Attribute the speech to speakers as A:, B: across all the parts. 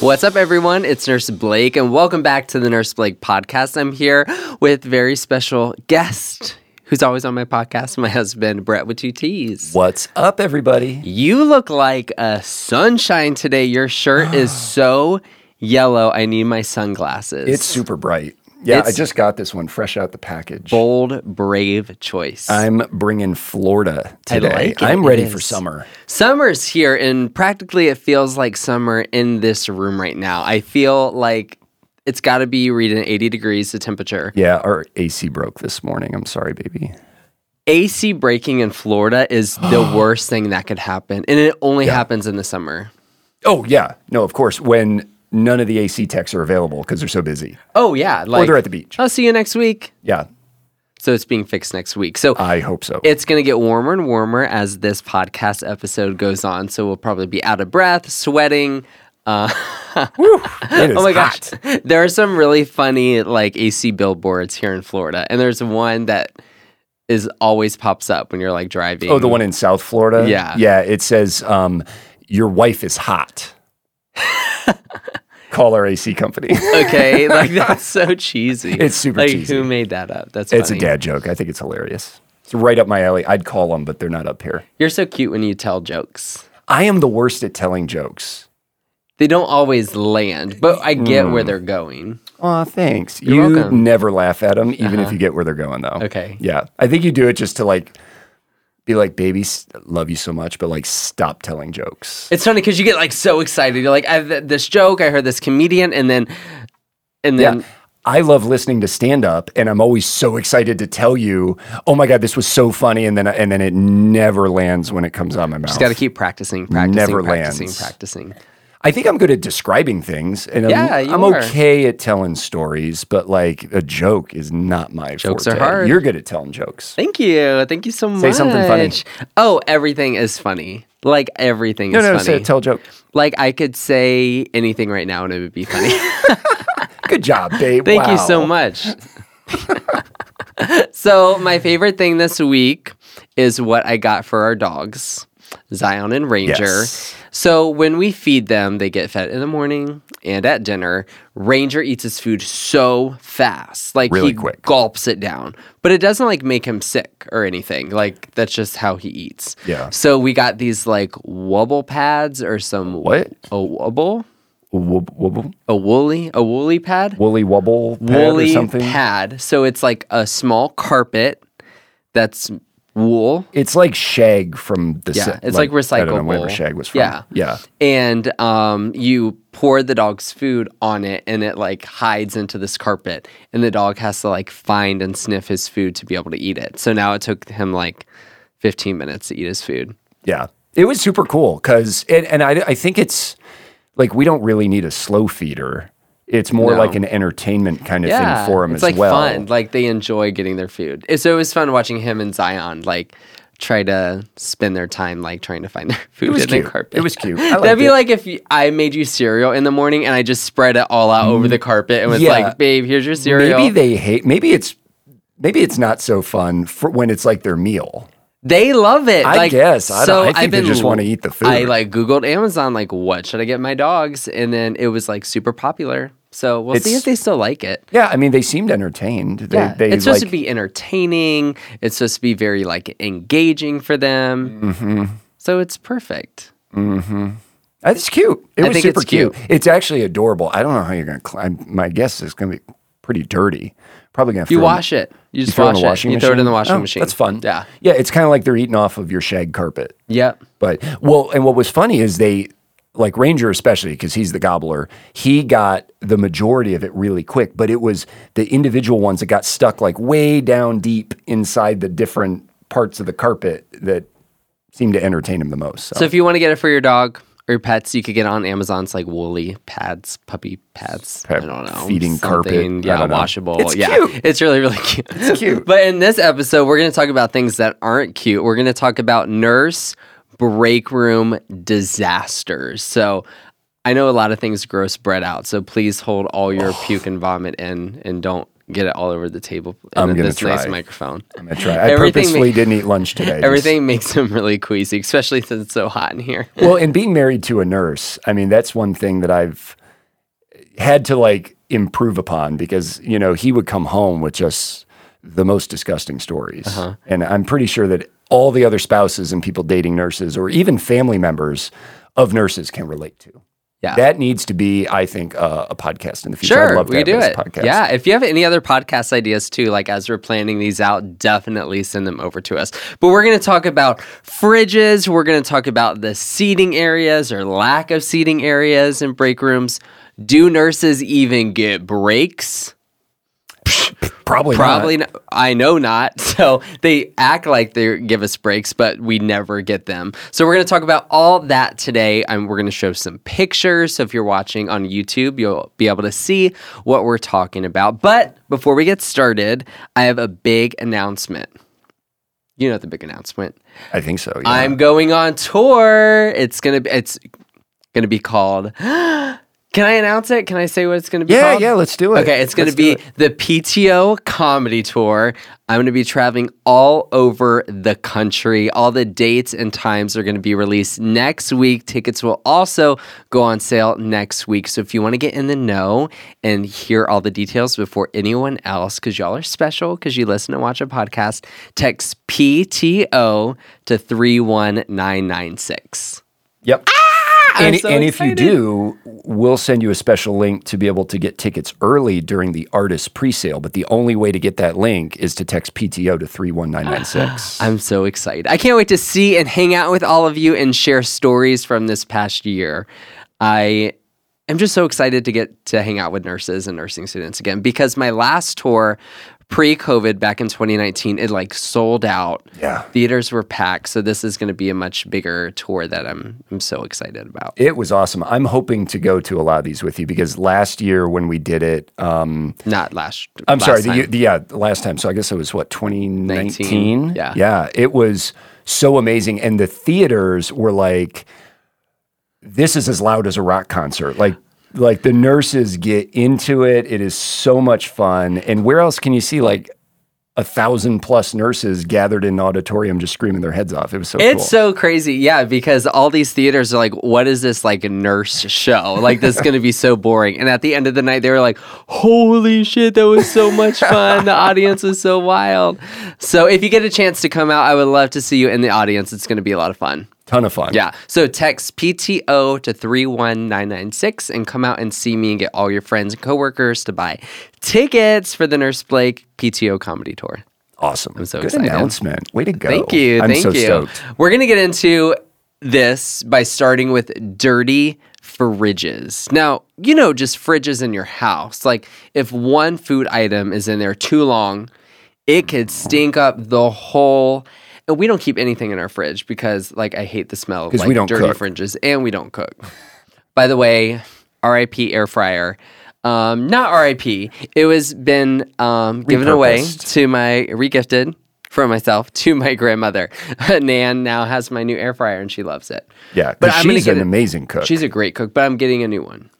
A: What's up, everyone? It's Nurse Blake, and welcome back to the Nurse Blake podcast. I'm here with very special guest who's always on my podcast, my husband, Brett with two T's.
B: What's up, everybody?
A: You look like a sunshine today. Your shirt is so yellow. I need my sunglasses.
B: It's super bright. Yeah, I
A: It's-
B: just got this one fresh out the package.
A: bold, brave choice.
B: I'm bringing Florida
A: I
B: today.
A: like it.
B: I'm ready
A: It
B: for
A: is.
B: summer.
A: Summer's here, and practically it feels like summer in this room right now. I feel like it's got to be reading 80 degrees the temperature.
B: Yeah, our AC broke this morning. I'm sorry, baby.
A: AC breaking in Florida is the worst thing that could happen, and it only happens in the summer.
B: Oh, yeah. No, of course, when none of the AC techs are available because they're so busy.
A: Oh yeah, like uh,
B: they're at the beach.
A: I'll see you next week.
B: Yeah,
A: So it's being fixed next week. So
B: I hope so.
A: It's going to get warmer and warmer as this podcast episode goes on. So we'll probably be out of breath, sweating. Uh,
B: It is
A: oh my
B: hot.
A: gosh. There are some really funny like AC billboards here in Florida. And there's one that is always pops up when you're like driving.
B: Oh, the one in South Florida?
A: Yeah.
B: Yeah, it says, um, Your wife is hot. Call our AC company.
A: Okay. Like that's so cheesy.
B: It's super
A: like,
B: cheesy.
A: Who made that up? That's
B: it's a
A: funny.
B: dad joke. I think it's hilarious. It's right up my alley. I'd call them, but they're not up here.
A: You're so cute when you tell jokes.
B: I am the worst at telling jokes.
A: They don't always land, but I get
B: Hmm.
A: where they're going.
B: Aw, thanks. you
A: welcome. Uh-huh.
B: never laugh at them, even if you get where they're going, though.
A: Okay.
B: Yeah. I think you do it just to like be like, baby, s- love you so much, but like stop telling jokes.
A: It's funny because you get like so excited. You're like, I have this joke. I heard this comedian, and then, and
B: Yeah.
A: then,
B: I love listening to stand up and I'm always so excited to tell you, oh my God, this was so funny. And then, and then it never lands when it comes out of my mouth.
A: just got to keep practicing, practicing,
B: Never
A: practicing,
B: lands.
A: practicing.
B: I think I'm good at describing things and I'm,
A: Yeah, you
B: I'm
A: are.
B: okay at telling stories, but like a joke is not my
A: Jokes are
B: forte.
A: hard.
B: You're good at telling jokes.
A: Thank you, thank you so much.
B: Say something funny.
A: Oh, everything is funny. Like everything
B: No,
A: is
B: no,
A: funny.
B: say, tell a joke.
A: like I could say anything right now and it would be funny.
B: Good job, babe.
A: Thank you so
B: Wow.
A: much. so, my favorite thing this week is what I got for our dogs, Zion and Ranger.
B: Yes.
A: So, when we feed them, they get fed in the morning and at dinner. Ranger eats his food so fast. Like
B: Really
A: he
B: quick.
A: gulps it down. But it doesn't like make him sick or anything. Like that's just how he eats.
B: Yeah.
A: So, we got these like wobble pads or some
B: What?
A: A wobble?
B: Wob- wobble,
A: A woolly? A woolly pad?
B: woolly wobble pad
A: woolly
B: or something.
A: pad. So it's like a small carpet that's wool.
B: It's like shag from the
A: Yeah,
B: se-
A: it's like
B: I don't know wherever
A: recyclable.
B: shag was from.
A: Yeah.
B: yeah.
A: And um, you pour the dog's food on it and it like hides into this carpet. And the dog has to like find and sniff his food to be able to eat it. So now it took him like 15 minutes to eat his food.
B: Yeah. It was super cool because, and, and I, I think it's like we don't really need a slow feeder. It's more
A: No.
B: like an entertainment kind of
A: Yeah.
B: thing for them
A: it's
B: as
A: like
B: well.
A: fun. Like they enjoy getting their food. And So it was fun watching him and Zion like try to spend their time like trying to find their food
B: It was
A: in the
B: cute.
A: carpet.
B: It was cute. I
A: That'd
B: liked
A: be
B: it.
A: like if you- I made you cereal in the morning and I just spread it all out over the carpet and was
B: Mm. Yeah.
A: like, "Babe, here's your cereal."
B: maybe they hate. Maybe it's maybe it's not so fun for when it's like their meal.
A: they love it.
B: I
A: like,
B: guess. I don't- I
A: I've
B: think they just wanna eat the food.
A: I like Googled Amazon, like, what should I get my dogs? And then it was like super popular. So we'll see
B: It's-
A: if they still like it.
B: Yeah, I mean they seemed entertained. They,
A: Yeah.
B: they
A: it's supposed
B: like-
A: to be entertaining. It's supposed to be very like engaging for them.
B: Mm-hmm.
A: So it's perfect.
B: That's uh, cute. It
A: I
B: was
A: think
B: super
A: it's
B: cute.
A: cute.
B: It's actually adorable. I don't know how you're gonna. Cl- I'm, my guess is gonna be pretty dirty. Probably gonna. Have to
A: You
B: throw 'em-
A: wash it. You
B: you
A: just
B: throw 'em
A: wash it.
B: in the washing
A: you
B: machine.
A: throw it in the washing
B: Oh,
A: machine.
B: That's fun.
A: Yeah.
B: yeah. It's kind of like they're eating off of your shag carpet.
A: Yep.
B: But well, and what was funny is they like Ranger especially because he's the gobbler. He got the majority of it really quick, but it was the individual ones that got stuck like way down deep inside the different parts of the carpet that seemed to entertain him the most. So,
A: So if you want to get it for your dog or your pets, you could get it on Amazon. It's like woolly pads, puppy pads. I
B: Pet
A: don't know.
B: feeding carpet.
A: something.
B: I
A: Yeah,
B: don't know.
A: washable.
B: It's
A: yeah.
B: cute.
A: It's really, really cute. It's
B: cute.
A: but in this episode, we're going to talk about things that aren't cute. We're going to talk about nurse break room disasters. So I know a lot of things gross bread out. So please hold all your puke and vomit in and don't get it all over the table.
B: I'm
A: in
B: gonna
A: this nice
B: try.
A: microphone.
B: I'm gonna try. I
A: Everything
B: purposely
A: ma-
B: didn't eat lunch today. just-
A: Everything makes them really queasy, especially since it's so hot in here.
B: well, and being married to a nurse, I mean, that's one thing that I've had to like improve upon because you know he would come home with just the most disgusting stories,
A: Uh-huh.
B: and I'm pretty sure that all the other spouses and people dating nurses or even family members of nurses can relate to.
A: Yeah.
B: that needs to be, I think, uh, a podcast in the future. I'd
A: Sure,
B: love to
A: we
B: have
A: do
B: this
A: it.
B: Podcast.
A: Yeah, if you have any other podcast ideas too, like as we're planning these out, definitely send them over to us. But we're going to talk about fridges. We're going to talk about the seating areas or lack of seating areas in break rooms. Do nurses even get breaks?
B: probably, not.
A: Probably, not. I know not. So they act like they give us breaks, but we never get them. So we're going to talk about all that today, and we're going to show some pictures. So if you're watching on YouTube, you'll be able to see what we're talking about. But before we get started, I have a big announcement. You know the big announcement.
B: I think so. Yeah.
A: I'm going on tour. It's gonna be. It's gonna be called. Can I announce it? Can I say what it's gonna be
B: yeah,
A: called?
B: yeah. Let's do it.
A: Okay, it's going to
B: Let's
A: be
B: do it.
A: the PTO comedy tour. I'm going to be traveling all over the country. All the dates and times are going to be released next week. Tickets will also go on sale next week. So if you want to get in the know and hear all the details before anyone else, because y'all are special, because you listen and watch a podcast, text PTO to 31996.
B: Yep. and,
A: Ah! so
B: and if you
A: excited.
B: do, we'll send you a special link to be able to get tickets early during the artist pre-sale. But the only way to get that link is to text PTO to three one nine nine six.
A: I'm so excited. I can't wait to see and hang out with all of you and share stories from this past year. I am just so excited to get to hang out with nurses and nursing students again because my last tour pre COVID back in 2019, it like sold out.
B: Yeah.
A: Theaters were packed. So this is going to be a much bigger tour that I'm, I'm so excited about.
B: It was awesome. I'm hoping to go to a lot of these with you because last year when we did it, um,
A: Not last.
B: I'm
A: last
B: sorry,
A: time.
B: the, the, yeah, the last time. So I guess it was what 2019.
A: yeah.
B: yeah, it was so amazing, and the theaters were like, this is as loud as a rock concert. Like, like the nurses get into it. It is so much fun. And where else can you see like a thousand plus nurses gathered in an auditorium just screaming their heads off? It was so
A: It's
B: cool.
A: so crazy. Yeah, because all these theaters are like, what is this like nurse show? Like this is gonna be so boring. And at the end of the night they were like, Holy shit, that was so much fun. The audience was so wild. So if you get a chance to come out, I would love to see you in the audience. It's gonna be a lot of fun.
B: Ton of fun.
A: Yeah. So text PTO to 31996 and come out and see me and get all your friends and coworkers to buy tickets for the Nurse Blake PTO comedy tour.
B: awesome. I'm
A: so
B: Good
A: excited.
B: announcement. Way to go.
A: Thank you.
B: I'm
A: thank
B: so
A: you.
B: stoked.
A: We're going to get into this by starting with dirty fridges. Now, you know, just fridges in your house. Like if one food item is in there too long, it could stink up the whole and we don't keep anything in our fridge because like I hate the smell of
B: 'Cause
A: like,
B: we don't
A: dirty
B: cook.
A: fridges and we don't cook. By the way, RIP air fryer. Um, not RIP. It was been um, given away
B: Repurposed.
A: to my regifted from myself to my grandmother. Nan now has my new air fryer and she loves it.
B: Yeah,
A: But
B: but
A: I'm gonna
B: she's
A: get
B: an
A: it-
B: amazing cook.
A: She's a great cook, but I'm getting a new one,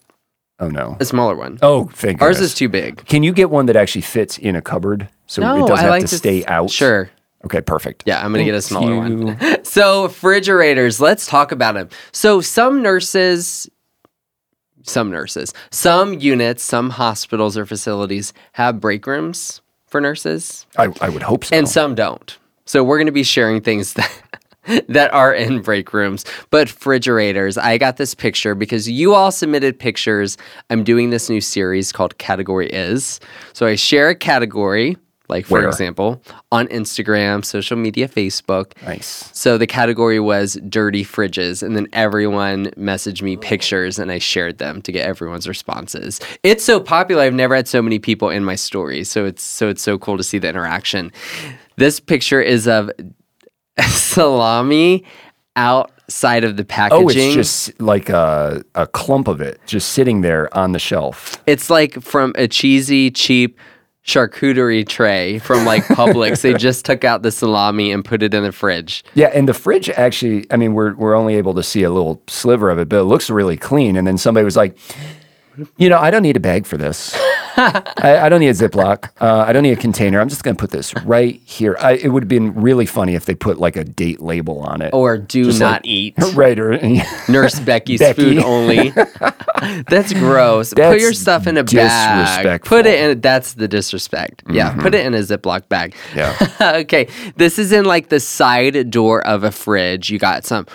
B: oh no.
A: a smaller one.
B: Oh, thank
A: Ours
B: goodness.
A: is too big.
B: Can you get one that actually fits in a cupboard so
A: No,
B: it doesn't
A: I
B: have
A: like
B: to
A: to-
B: stay out?
A: Sure.
B: Okay, perfect.
A: Yeah, I'm gonna get a
B: Thank
A: smaller one.
B: you.
A: So refrigerators, let's talk about them. So some nurses, some nurses, some units, some hospitals or facilities have break rooms for nurses,
B: I, I would hope so.
A: and some don't. So we're gonna be sharing things that. That are in break rooms, but refrigerators. I got this picture because you all submitted pictures. I'm doing this new series called Category Is. So I share a category, like for
B: Where?
A: example, on Instagram, social media, Facebook,
B: nice.
A: so the category was dirty fridges, and then everyone messaged me pictures, and I shared them to get everyone's responses. It's so popular; I've never had so many people in my stories. So it's so it's so cool to see the interaction. This picture is of salami outside of the packaging.
B: Oh, it's just like a, a clump of it just sitting there on the shelf.
A: It's like from a cheesy, cheap charcuterie tray from like Publix. they just took out the salami and put it in the fridge.
B: Yeah, and the fridge actually, I mean, we're, we're only able to see a little sliver of it, but it looks really clean. And then somebody was like, you know, I don't need a bag for this. I, I don't need a Ziploc. Uh, I don't need a container. I'm just going to put this right here. I, it would have been really funny if they put like a date label on it.
A: Or do
B: Just
A: not
B: like-
A: eat.
B: right. Or,
A: Nurse Becky's
B: Becky.
A: food only. that's gross. Put
B: That's
A: your stuff in a bag.
B: disrespectful. Mm-hmm.
A: Put it in. That's the disrespect. Yeah. Put it in a Ziploc bag.
B: Yeah.
A: okay. This is in like the side door of a fridge. You got some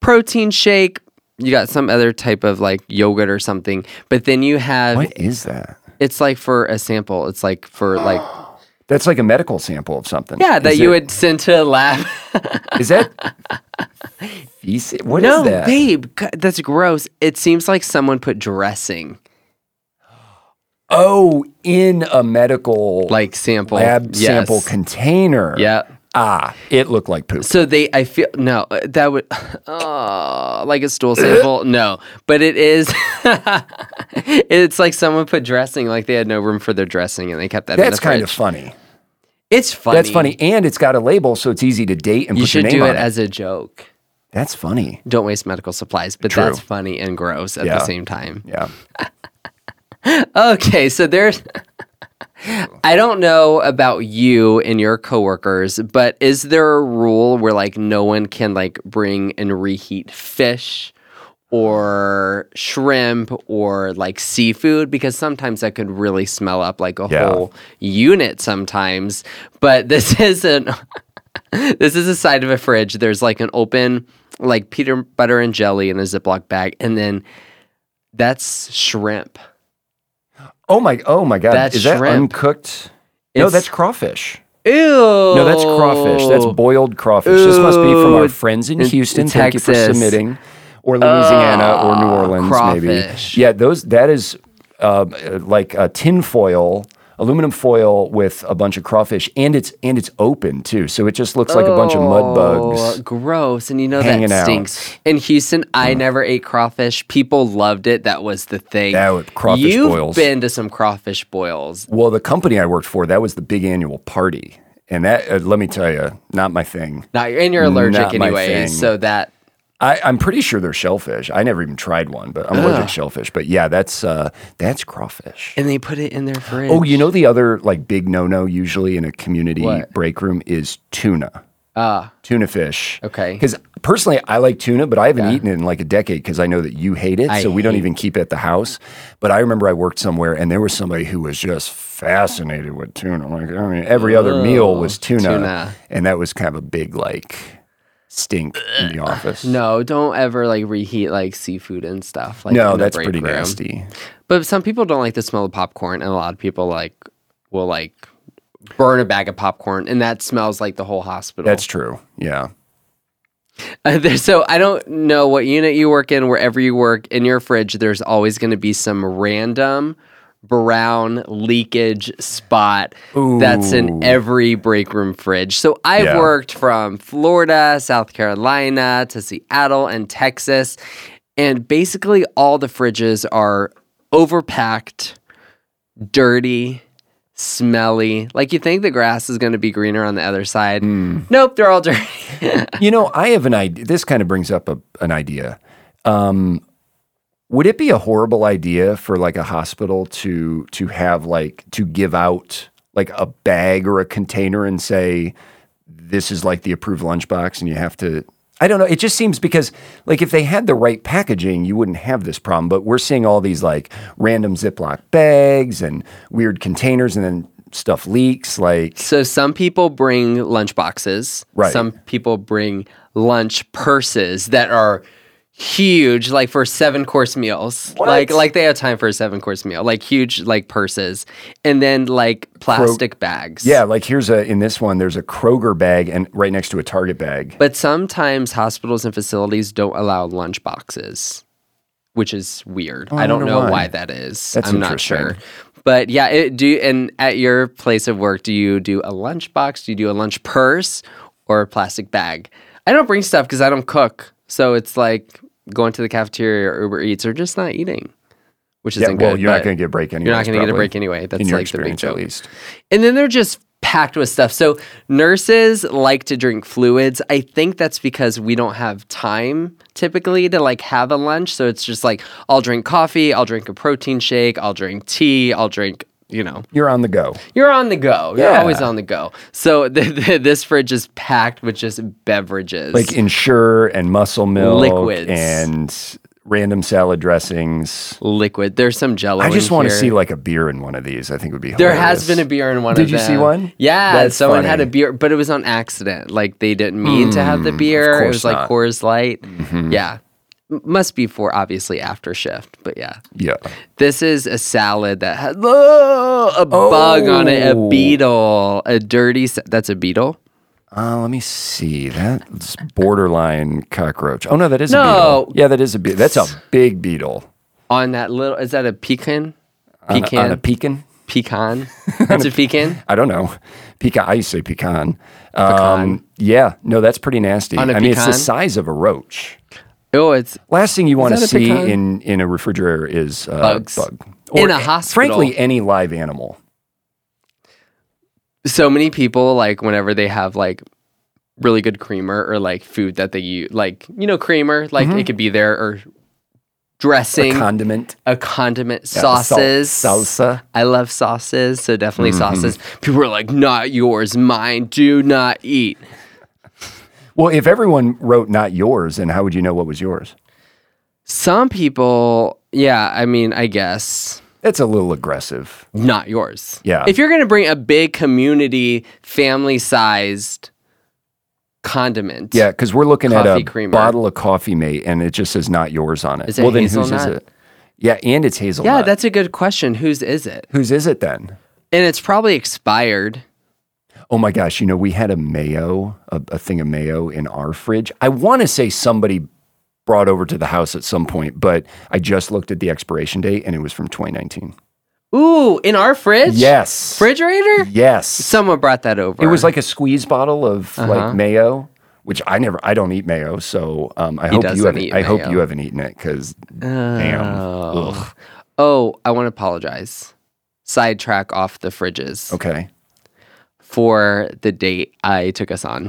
A: protein shake. You got some other type of like yogurt or something. But then you have.
B: what is that?
A: It's like for a sample. It's like for like.
B: That's like a medical sample of something.
A: Yeah, that
B: Is
A: you
B: it-
A: would send to a lab.
B: Is that feces? What is
A: no,
B: that?
A: babe, g- that's gross. It seems like someone put dressing
B: oh, in a medical
A: like sample
B: lab
A: Yes.
B: sample container.
A: Yeah.
B: Ah, it looked like poop.
A: So they, I feel no, uh, that would, oh, like a stool sample. No, but it is. it's like someone put dressing, like they had no room for their dressing, and they kept that. in
B: That's
A: the
B: kind of
A: fridge.
B: funny.
A: It's funny.
B: That's funny, and it's got a label, so it's easy to date and
A: You
B: put
A: should
B: your name
A: do
B: on
A: it
B: it.
A: as a joke.
B: That's funny.
A: Don't waste medical supplies, but
B: True.
A: that's funny and gross at
B: Yeah.
A: the same time.
B: Yeah.
A: Okay, so there's. I don't know about you and your coworkers, but is there a rule where like no one can like bring and reheat fish or shrimp or like seafood because sometimes that could really smell up like a
B: Yeah.
A: whole unit sometimes. But this isn't this is the side of a fridge. There's like an open like peanut butter and jelly in a Ziploc bag and then that's shrimp.
B: Oh my. Oh my God.
A: That's
B: is that
A: shrimp.
B: uncooked? no,
A: It's-
B: that's crawfish.
A: Ew.
B: No, that's crawfish. That's boiled crawfish. this must be from our
A: Oh. Ooh,
B: friends in
A: in
B: Houston. Thank you for
A: Texas. Ah,
B: submitting. Or Louisiana or New Orleans,
A: crawfish.
B: maybe. Yeah, those. That is uh, like a tin foil, aluminum foil with a bunch of crawfish, and it's and it's open too, so it just looks like a bunch of mud bugs.
A: Oh, gross. And you know
B: hanging
A: that
B: out.
A: stinks. In Houston, I never ate crawfish. People loved it. That was the thing.
B: That was crawfish
A: You've
B: boils.
A: been to some crawfish boils.
B: Well, the company I worked for, that was the big annual party, and that uh, let me tell you, not my thing.
A: Now, and you're allergic
B: Not my
A: anyway,
B: thing.
A: so that
B: I, I'm pretty sure they're shellfish. I never even tried one, but I'm allergic to shellfish. But yeah, that's uh, that's crawfish.
A: and they put it in their fridge.
B: Oh, you know the other like big no-no usually in a community
A: What?
B: break room is tuna,
A: Ah,
B: tuna fish.
A: Okay.
B: Because personally, I like tuna, but I haven't eaten it in like a decade because I know that you hate it, so we don't even keep it at the house. But I remember I worked somewhere and there was somebody who was just fascinated with tuna. Like I mean, every other meal was tuna,
A: tuna.
B: and that was kind of a big like stink in the office.
A: no, don't ever like reheat like seafood and stuff. Like in
B: No,
A: the
B: that's
A: break
B: pretty
A: room.
B: nasty.
A: But some people don't like the smell of popcorn, and a lot of people like will like burn a bag of popcorn, and that smells like the whole hospital.
B: That's true. Yeah.
A: Uh, there- so I don't know what unit you work in, wherever you work, in your fridge, there's always going to be some random brown leakage spot that's in every break room fridge. So I've
B: Yeah.
A: worked from Florida, South Carolina to Seattle and Texas. And basically, all the fridges are overpacked, dirty, smelly. Like you think the grass is going to be greener on the other side. Nope, they're all dirty.
B: You know, I have an idea. This kind of brings up a, an idea. Um, would it be a horrible idea for like a hospital to to have like to give out like a bag or a container and say this is like the approved lunchbox and you have to I don't know. It just seems because like if they had the right packaging, you wouldn't have this problem. But we're seeing all these like random Ziploc bags and weird containers and then stuff leaks like
A: So some people bring lunch boxes.
B: Right.
A: Some people bring lunch purses that are huge, like for seven course meals. Like like they have time for a seven course meal. Like huge like purses. And then like plastic bags.
B: Yeah, like here's a in this one there's a Kroger bag and right next to a Target bag.
A: But sometimes hospitals and facilities don't allow lunch boxes, which is weird. I don't
B: Oh, wonder
A: know
B: why.
A: why. that is.
B: That's
A: I'm not
B: interesting.
A: sure. But yeah, it, do you- and at your place of work, do you do a lunch box? Do you do a lunch purse or a plastic bag? I don't bring stuff because I don't cook, so it's like going to the cafeteria or Uber Eats or just not eating, which
B: Yeah,
A: isn't
B: well,
A: good.
B: you're not
A: but
B: going to get a break anyway.
A: you're not going to get a break anyway. That's
B: in your
A: like the big
B: experience at
A: joke.
B: least.
A: And then they're just packed with stuff. So nurses like to drink fluids. I think that's because we don't have time typically to like have a lunch. So it's just like I'll drink coffee, I'll drink a protein shake, I'll drink tea, I'll drink you know,
B: You're on the go.
A: you're on the go. You're
B: Yeah.
A: always on the go. So th th this fridge is packed with just beverages.
B: Like Ensure and Muscle Milk
A: Liquids.
B: and random salad dressings.
A: liquid. There's some jello.
B: I just
A: in
B: want to
A: here.
B: see like a beer in one of these. I think would be
A: There
B: hilarious.
A: has been a beer in one
B: Did
A: of
B: you
A: them.
B: see one?
A: Yeah,
B: That's
A: someone had a
B: funny. Hmm,
A: beer, but it was on accident. Like they didn't mean to have the beer. It was
B: course
A: like
B: not. Mm-hmm.
A: Coors Light. Yeah. M- Must be for obviously after shift, but yeah.
B: Yeah.
A: This is a salad that has oh, a bug on it, a
B: Oh.
A: beetle, a dirty. Sa- that's a beetle.
B: Uh, let me see. That's borderline cockroach. Oh no, that is
A: No.
B: a beetle. Yeah, that is a beetle. That's a big beetle.
A: on that little is that a pecan
B: On a-
A: pecan
B: On a pecan.
A: pecan it's a pecan
B: I don't know. Pecan. I used to say pecan. Um, yeah. No, that's pretty nasty.
A: On a
B: I mean, it's the
A: pecan?
B: size of a roach.
A: oh it's
B: Last thing you want to
A: that a
B: see
A: pecan?
B: in, in a refrigerator is uh,
A: Bugs.
B: bug.
A: In a
B: a-
A: hospital.
B: Frankly, any live animal.
A: so many people like whenever they have like really good creamer or like food that they use like you know creamer like
B: Mm-hmm.
A: it could be there or dressing a,
B: Condiment.
A: condiment
B: uh, sal-
A: sauces
B: salsa.
A: I love sauces, so definitely
B: Mm-hmm.
A: sauces. People are like, not yours, mine, do not eat.
B: Well, if everyone wrote not yours, then how would you know what was yours?
A: Some people, yeah, I mean, I guess.
B: That's a little aggressive.
A: not yours.
B: Yeah.
A: If you're going to bring a big community, family sized condiment,
B: Yeah, because we're looking at
A: Coffee
B: a
A: creamer.
B: bottle of Coffee Mate, and it just says not yours on it.
A: Is it
B: well, then whose is
A: hazelnut?
B: it? Yeah, and it's hazelnut.
A: yeah, that's a good question. Whose is it?
B: whose is it then?
A: And it's probably expired.
B: Oh my gosh! You know, we had a mayo, a, a thing of mayo in our fridge. I want to say somebody brought over to the house at some point, but I just looked at the expiration date, and it was from 2019.
A: Ooh, in our fridge?
B: Yes,
A: Refrigerator?
B: yes.
A: Someone brought that over.
B: It was like a squeeze bottle of
A: Uh-huh.
B: like mayo, which I never. I don't eat mayo, so um, I hope you
A: doesn't
B: haven't.
A: eat
B: I hope
A: mayo.
B: you haven't eaten it because damn. Ugh.
A: oh, I want to apologize. Sidetrack off the fridges
B: Okay.
A: for the date I took us on.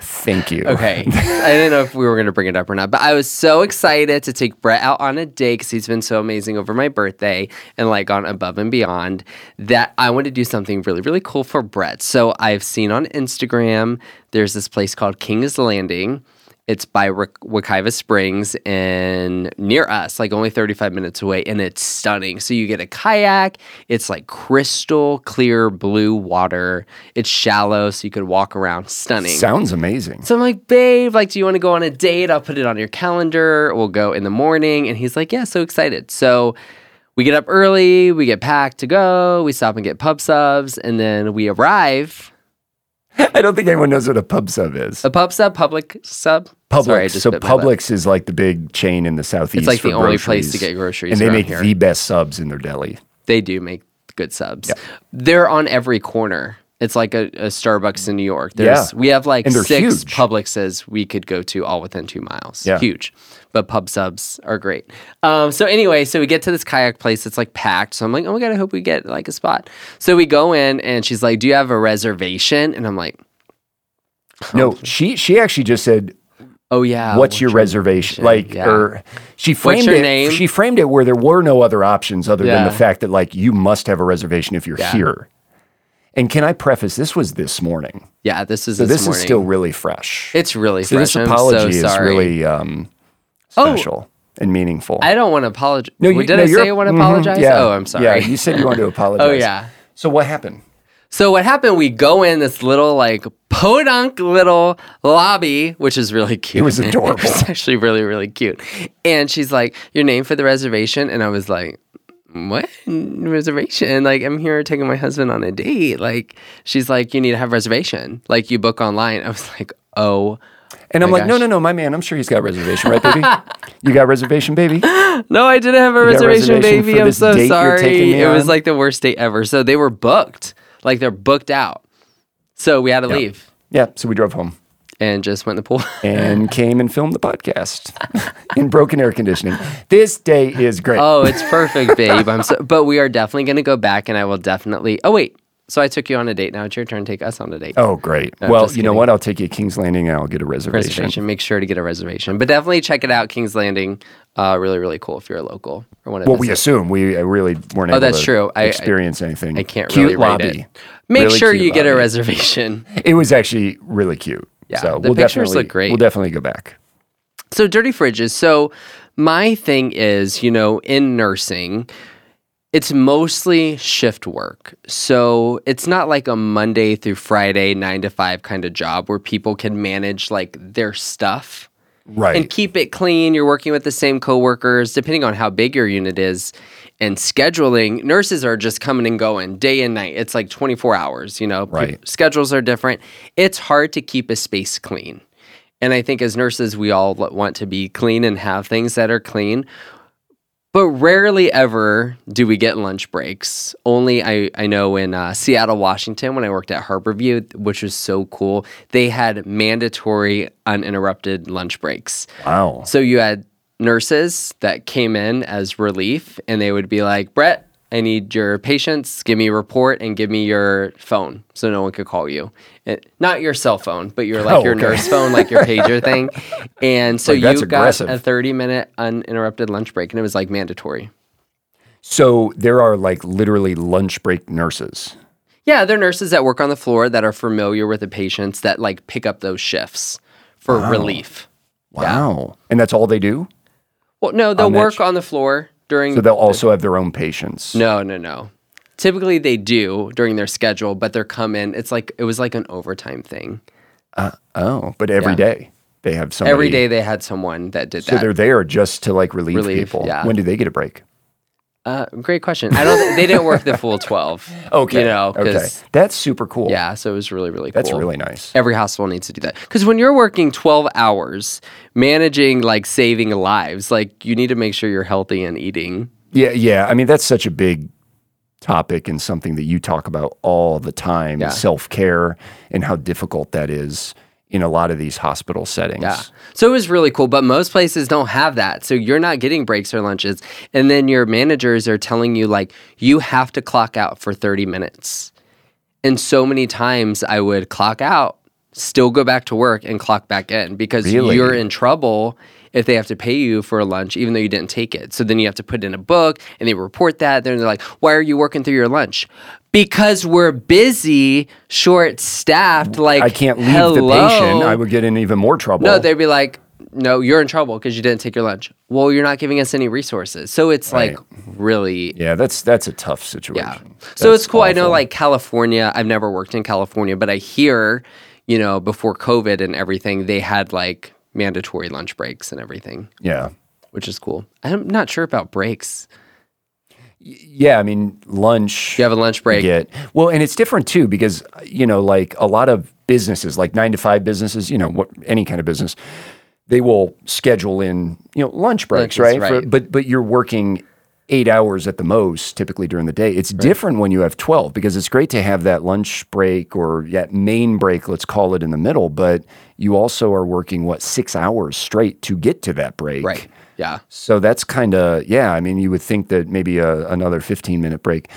B: Thank you.
A: Okay. I didn't know if we were going to bring it up or not, but I was so excited to take Brett out on a date because he's been so amazing over my birthday and like gone above and beyond that I want to do something really, really cool for Brett. So I've seen on Instagram, there's this place called King's Landing. It's by Wak- Wakiva Springs and near us, like only 35 minutes away, and it's stunning. So you get a kayak. It's like crystal clear blue water. It's shallow, so you could walk around. Stunning.
B: Sounds amazing.
A: So I'm like, babe, like, do you want to go on a date? I'll put it on your calendar. We'll go in the morning. And he's like, yeah, so excited. So we get up early, we get packed to go, we stop and get pub subs, and then we arrive.
B: I don't think anyone knows what a pub sub is.
A: A pub sub, public sub.
B: Publix.
A: Sorry, I just
B: so
A: bit my lip.
B: Publix is like the big chain in the southeast.
A: It's like
B: for
A: the only place to
B: groceries.
A: get groceries.
B: And they
A: around
B: make
A: here.
B: the best subs in their deli.
A: they do make good subs. They're on every corner. It's like a, a Starbucks in New York. There's
B: Yeah.
A: we have like
B: And they're
A: six
B: huge.
A: Publixes we could go to all within two miles.
B: Yeah.
A: Huge. But pub subs are great. Um, so anyway, so we get to this kayak place. It's like packed. So I'm like, oh my god, I hope we get like a spot. So we go in and she's like, Do you have a reservation? And I'm like,
B: No, she she actually just said,
A: Oh yeah.
B: "What's your reservation?" Like,
A: Yeah.
B: or she framed
A: your
B: it.
A: name?
B: She framed it where there were no other options other
A: Yeah.
B: than the fact that like you must have a reservation if you're here. And can I preface? This was this morning,
A: Yeah, this is
B: so
A: this,
B: this
A: morning.
B: is still really fresh.
A: it's really
B: so
A: fresh.
B: this
A: I'm
B: apology
A: so
B: is
A: sorry.
B: really um,
A: Oh.
B: special and meaningful.
A: I don't want to apologize. No,
B: you-
A: did I
B: you're-
A: say I want to
B: mhm,
A: apologize?
B: yeah,
A: oh, I'm sorry.
B: Yeah, you said you wanted to apologize.
A: oh yeah.
B: So what happened?
A: So what happened? We go in this little like podunk little lobby, which is really cute.
B: It was adorable.
A: it's actually really really cute. And she's like, "Your name for the reservation," and I was like. What reservation? Like, I'm here taking my husband on a date. Like, she's like, you need to have reservation. Like, you book online. I was like, oh,
B: And I'm
A: my
B: like, no,
A: gosh.
B: no, no, my man. I'm sure he's got reservation, right, baby? you got reservation, baby.
A: no, I didn't have a
B: got a
A: reservation,
B: reservation
A: baby.
B: for
A: I'm
B: this
A: so
B: date you're taking
A: sorry.
B: me
A: It was
B: on?
A: like the worst date ever. So they were booked. Like, they're booked out. So we had to leave
B: Yeah. So we drove home
A: and just went in the pool.
B: and came and filmed the podcast in broken air conditioning. This day is great.
A: Oh, it's perfect, babe. I'm so, but we are definitely going to go back, and I will definitely. Oh wait, So I took you on a date. Now it's your turn to take us on a date.
B: Oh, great. well,
A: just
B: you know
A: kidding.
B: what? I'll take you to King's Landing and I'll get a reservation.
A: reservation. Make sure to get a reservation, but definitely check it out. King's Landing, uh, really really cool if you're a local or one of
B: Well, we assume we uh, really weren't able
A: Oh, that's
B: to
A: true. I- I-
B: experience anything.
A: I can't
B: cute
A: really rate
B: lobby.
A: it. Make
B: Really
A: sure
B: cute
A: you get a
B: lobby.
A: reservation.
B: It was actually really cute.
A: Yeah,
B: so
A: the
B: we'll
A: pictures
B: definitely,
A: look great.
B: We'll definitely go back.
A: So dirty fridges. So my thing is, you know, in nursing, it's mostly shift work. So it's not like a Monday through Friday 9 to 5 kind of job where people can manage like their stuff
B: Right.
A: and keep it clean. You're working with the same coworkers, depending on how big your unit is. And scheduling, nurses are just coming and going day and night. It's like 24 hours, you know, Pe-
B: Right.
A: schedules are different. It's hard to keep a space clean. And I think as nurses, we all lo- want to be clean and have things that are clean. But rarely ever do we get lunch breaks. Only I, I know in uh, Seattle, Washington, when I worked at Harborview, which was so cool, they had mandatory uninterrupted lunch breaks.
B: wow.
A: So you had nurses that came in as relief and they would be like, Brett, I need your patients. Give me a report and give me your phone so no one could call you. It, not your cell phone, but your like
B: Oh,
A: your
B: okay.
A: nurse phone, like your pager thing. And so
B: Like,
A: you
B: that's
A: got
B: aggressive.
A: a 30 minute uninterrupted lunch break and it was like mandatory.
B: So there are like literally lunch break nurses.
A: Yeah, they're nurses that work on the floor that are familiar with the patients that like pick up those shifts for relief.
B: Wow. And that's all they do?
A: Well, no, they'll
B: On that
A: work
B: sh-
A: on the floor during
B: So they'll also have their own patients.
A: No, no, no. Typically they do during their schedule, but they're come in. It's like it was like an overtime thing.
B: Oh, but every
A: Yeah.
B: day they have somebody.
A: Every day they had someone that did
B: So
A: that.
B: they're there just to like relieve,
A: Relieve,
B: people.
A: yeah.
B: When do they get a break?
A: Uh, great question. I don't. thi- they didn't work the full twelve. You know. 'cause-
B: okay. That's super cool.
A: Yeah. So it was really, really. cool.
B: That's really nice.
A: Every hospital needs to do that because when you're working twelve hours, managing like saving lives, like you need to make sure you're healthy and eating.
B: Yeah. Yeah. I mean, that's such a big topic and something that you talk about all the time self care and how difficult that is in a lot of these hospital settings.
A: Yeah. So it was really cool, but most places don't have that. So you're not getting breaks or lunches. And then your managers are telling you, like, you have to clock out for 30 minutes. And so many times I would clock out, still go back to work and clock back in because
B: Really?
A: you're in trouble if they have to pay you for a lunch, even though you didn't take it. So then you have to put it in a book and they report that. Then they're like, why are you working through your lunch? Because we're busy, short staffed. Like,
B: I can't leave the patient.
A: hello?
B: I would get in even more trouble.
A: No, they'd be like, no, you're in trouble because you didn't take your lunch. Well, you're not giving us any resources. So it's like really.
B: yeah, that's that's a tough
A: Yeah.
B: situation.
A: So
B: That's
A: it's cool. I know
B: awful.
A: like California, I've never worked in California, but I hear, you know, before COVID and everything, they had like mandatory lunch breaks and everything,
B: Yeah.
A: which is cool. I'm not sure about breaks.
B: Yeah, I mean lunch.
A: You have a lunch break.
B: get. Well, and it's different too because you know, like a lot of businesses, like nine to five businesses, you know, what any kind of business, they will schedule in you know lunch breaks,
A: Lunches,
B: right? For-
A: right.
B: but but you're working eight hours at the most typically during the day. It's different when you have twelve because it's great to have that lunch break or that main break, let's call it in the middle, but you also are working what six hours straight to get to that break,
A: Right. Yeah.
B: so that's kind of yeah. I mean, you would think that maybe a, another fifteen minute break,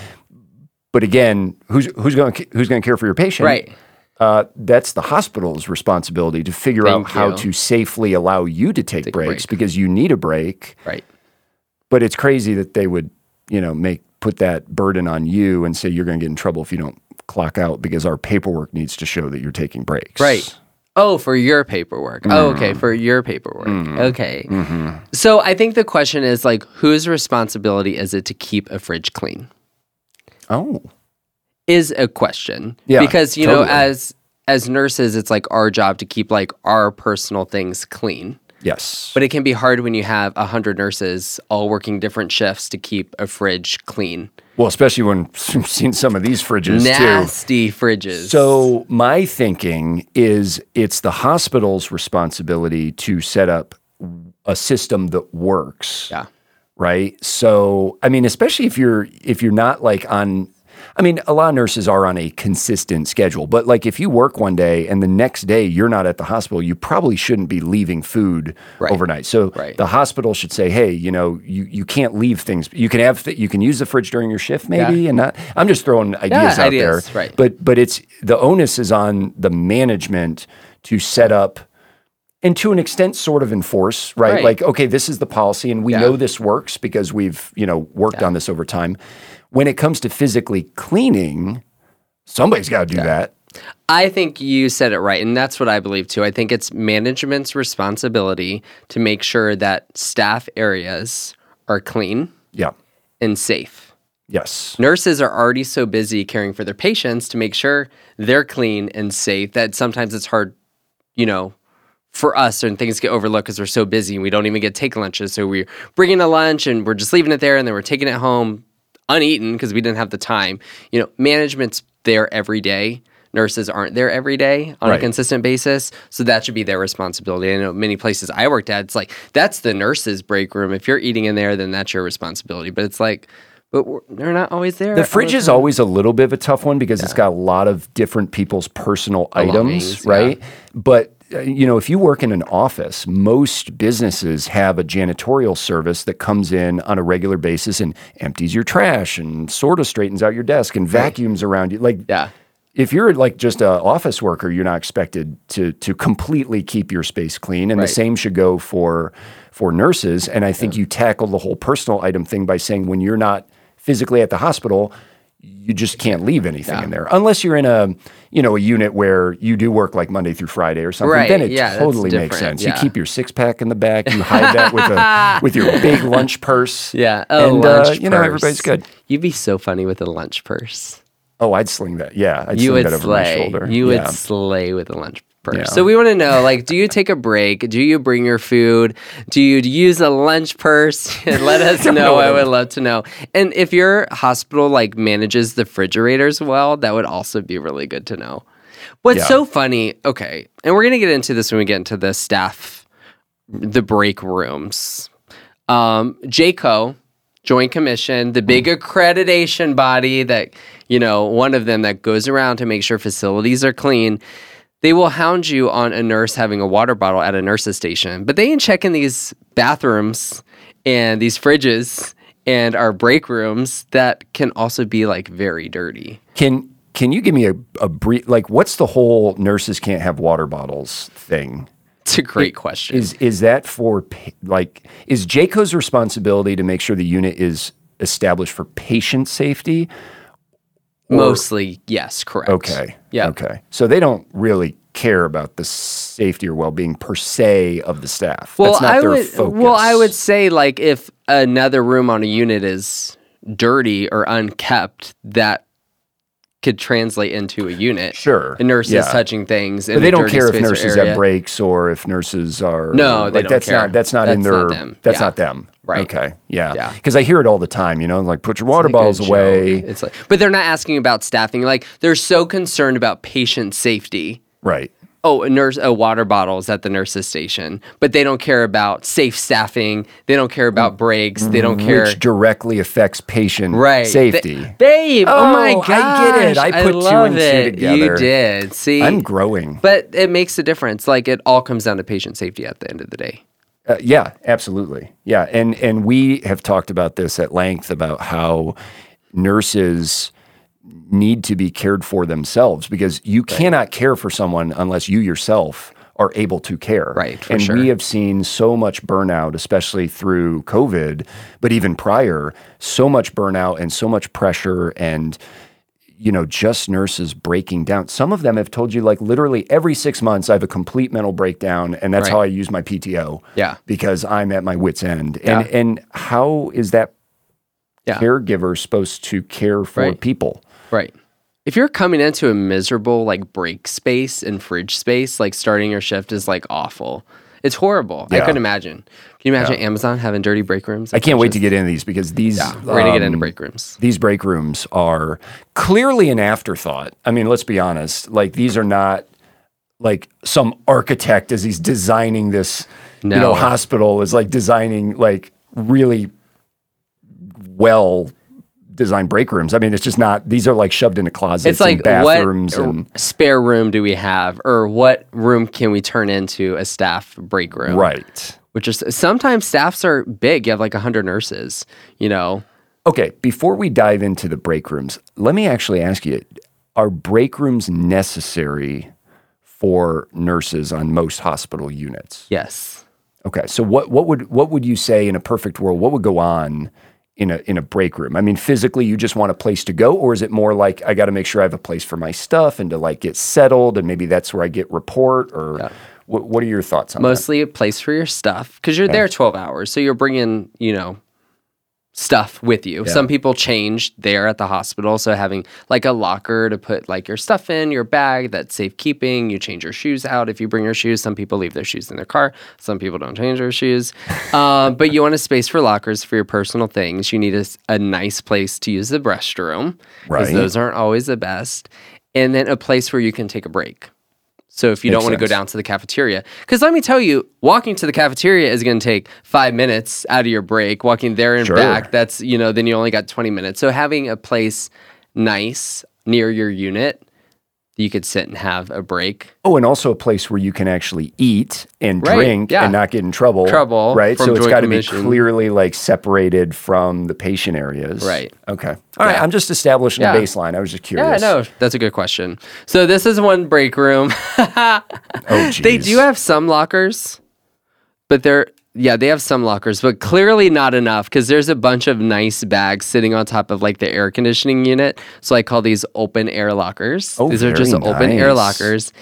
B: but again, who's who's going who's going to care for your patient?
A: Right.
B: Uh, that's the hospital's responsibility to figure
A: Thank
B: out how
A: you.
B: to safely allow you to take,
A: a
B: breaks
A: break.
B: because you need a break.
A: Right.
B: But it's crazy that they would you know make put that burden on you and say you're going to get in trouble if you don't clock out because our paperwork needs to show that you're taking breaks.
A: Right. Oh, for your paperwork. Oh,
B: Mm-hmm.
A: okay, for your paperwork. Okay. So I think the question is like, whose responsibility is it to keep a fridge clean?
B: Oh.
A: Is a question.
B: Yeah,
A: Because you know,
B: totally.
A: as as nurses, it's like our job to keep like our personal things clean.
B: Yes.
A: But it can be hard when you have a hundred nurses all working different shifts to keep a fridge clean.
B: well, especially when I've seen some of these fridges too.
A: Nasty fridges.
B: So my thinking is it's the hospital's responsibility to set up a system that works.
A: Yeah.
B: Right. So I mean, especially if you're if you're not like on I mean, a lot of nurses are on a consistent schedule, but like if you work one day and the next day you're not at the hospital, you probably shouldn't be leaving food
A: Right.
B: overnight. So
A: Right.
B: the hospital should say, hey, you know, you, you can't leave things. You can have th- you can use the fridge during your shift, maybe, and not. I'm just throwing ideas out
A: ideas,
B: there,
A: right.
B: But but it's the onus is on the management to set up and to an extent sort of enforce right,
A: Right.
B: like okay this is the policy and we
A: Yeah.
B: know this works because we've you know worked on this over time when it comes to physically cleaning somebody's got to do that
A: I think you said it right, and that's what I believe too. I think it's management's responsibility to make sure that staff areas are clean
B: yeah
A: and safe.
B: yes
A: Nurses are already so busy caring for their patients to make sure they're clean and safe that sometimes it's hard, you know, for us and things get overlooked because we're so busy and we don't even get to take lunches. So we're bringing a lunch and we're just leaving it there and then we're taking it home uneaten because we didn't have the time. You know, management's there every day. Nurses aren't there every day on a
B: Right.
A: consistent basis. So that should be their responsibility. I know many places I worked at, it's like, that's the nurse's break room. If you're eating in there, then that's your responsibility. But it's like, but we're, they're not always there.
B: the fridge is always a little bit of a tough one because it's got a lot of different people's personal
A: Belongings,
B: items right but uh, you know if you work in an office most businesses have a janitorial service that comes in on a regular basis and empties your trash and sort of straightens out your desk and vacuums around you like
A: Yeah.
B: if you're like just a office worker, you're not expected to to completely keep your space clean, and
A: Right.
B: the same should go for for nurses. And I think you tackle the whole personal item thing by saying when you're not physically at the hospital, you just can't leave anything in there unless you're in a you know a unit where you do work like Monday through Friday or something.
A: Right,
B: Then it
A: yeah, that's
B: totally makes
A: different,
B: sense.
A: yeah.
B: You keep your six pack in the back, you hide that with a with your big lunch purse.
A: Yeah. Oh,
B: and
A: lunch
B: uh, you know
A: purse.
B: everybody's good.
A: You'd be so funny with a lunch purse.
B: Oh, I'd sling that. Yeah, I'd
A: you
B: sling
A: would
B: that over my
A: slay.
B: shoulder.
A: You would
B: Yeah.
A: slay with a lunch purse.
B: Yeah.
A: So we want to know, like, do you take a break? Do you bring your food? Do you use a lunch purse? Let us know. I would love to know. And if your hospital like manages the refrigerators well, that would also be really good to know. What's
B: Yeah.
A: so funny? Okay, and we're gonna get into this when we get into the staff, the break rooms. Um, JCO, Joint Commission, the big accreditation body that, you know, one of them that goes around to make sure facilities are clean, they will hound you on a nurse having a water bottle at a nurse's station. But they ain't checking these bathrooms and these fridges and our break rooms that can also be like very dirty.
B: Can can you give me a, a brief like what's the whole nurses can't have water bottles thing?
A: It's a great question.
B: Is is that for pa- like is Jayco's responsibility to make sure the unit is established for patient safety?
A: Mostly, yes, correct.
B: Okay.
A: Yeah.
B: Okay. So they don't really care about the safety or well-being per se of the staff. That's not
A: I
B: their
A: would,
B: focus.
A: Well, I would say like if another room on a unit is dirty or unkept, that could translate into a unit.
B: Sure,
A: a nurse
B: yeah.
A: is touching things, and
B: But they don't care if nurses have breaks or if nurses are
A: No,
B: like
A: they don't
B: that's
A: care.
B: not that's not in
A: That's
B: their
A: not them.
B: that's
A: Yeah.
B: not them
A: Right.
B: okay yeah
A: Yeah.
B: because I hear it all the time you know like put your water bottles away
A: It's like, but they're not asking about staffing. Like they're so concerned about patient safety.
B: right
A: Oh, a nurse, a water bottles at the nurses station, but they don't care about safe staffing. They don't care about breaks. They don't care.
B: Mm-hmm. which directly affects patient
A: Right. Th-
B: safety
A: babe, oh, my
B: Oh,
A: god.
B: I get it. I put two
A: love
B: and two
A: it. You
B: together.
A: did. See?
B: I'm growing
A: but it makes a difference. Like it all comes down to patient safety at the end of the day.
B: Uh, yeah, absolutely. Yeah, and and we have talked about this at length about how nurses need to be cared for themselves because you cannot care for someone unless you yourself are able to care.
A: Right, for
B: and
A: sure.
B: we have seen so much burnout, especially through COVID, but even prior, so much burnout and so much pressure and you know, just nurses breaking down. Some of them have told you, like, literally every six months, I have a complete mental breakdown, and that's
A: Right.
B: how I use my PTO.
A: Yeah.
B: Because I'm at my wits' end. And,
A: Yeah.
B: and how is that
A: Yeah.
B: caregiver supposed to care for
A: Right.
B: people?
A: Right. If you're coming into a miserable like break space and fridge space, like starting your shift is like awful. It's horrible. I
B: Yeah.
A: couldn't imagine. Can you imagine Amazon having dirty break rooms?
B: I can't wait to get into these because these
A: We're gonna get into
B: um,
A: break rooms.
B: These break rooms are clearly an afterthought. I mean, let's be honest. Like these are not like some architect as he's designing this, you
A: No.
B: know, hospital is like designing like really well design break rooms. I mean, it's just not. These are like shoved into closets.
A: It's like
B: and bathrooms
A: what
B: and
A: r- spare room do we have, or what room can we turn into a staff break room?
B: right.
A: Which is sometimes staffs are big. You have like hundred nurses. You know,
B: Okay, before we dive into the break rooms, let me actually ask you: Are break rooms necessary for nurses on most hospital units?
A: yes.
B: Okay, so what what would what would you say in a perfect world? What would go on in a in a break room? I mean, physically, you just want a place to go, or is it more like I got to make sure I have a place for my stuff and to like get settled, and maybe that's where I get report? Or what, what are your thoughts on that?
A: Mostly a place for your stuff because you're there 12 hours. So you're bringing, you know, stuff with you. Some people change there at the hospital. So having like a locker to put like your stuff in, your bag that's safekeeping. You change your shoes out if you bring your shoes. Some people leave their shoes in their car. Some people don't change their shoes. um, but you want a space for lockers for your personal things. You need a, s- a nice place to use the restroom because
B: Right.
A: those aren't always the best. And then a place where you can take a break. So if you don't want to go
B: sense.
A: down to the cafeteria, because let me tell you, walking to the cafeteria is going to take five minutes out of your break. Walking there and
B: Sure.
A: back, that's you know, then you only got twenty minutes. So having a place nice near your unit, you could sit and have a break.
B: Oh, and also a place where you can actually eat and
A: Right,
B: drink
A: yeah.
B: and not get in trouble.
A: Trouble
B: Right.
A: from
B: So it's
A: Joint
B: got to be
A: Commission.
B: clearly like separated from the patient areas.
A: Right.
B: Okay. All right, I'm just establishing
A: Yeah.
B: a baseline. I was just
A: Yeah,
B: curious.
A: no, that's a good question. So this is one break room.
B: Oh, geez.
A: They do have some lockers, but they're yeah, they have some lockers, but clearly not enough because there's a bunch of nice bags sitting on top of like the air conditioning unit. So I call these open air lockers.
B: Oh,
A: these are
B: very
A: just open air
B: nice.
A: lockers.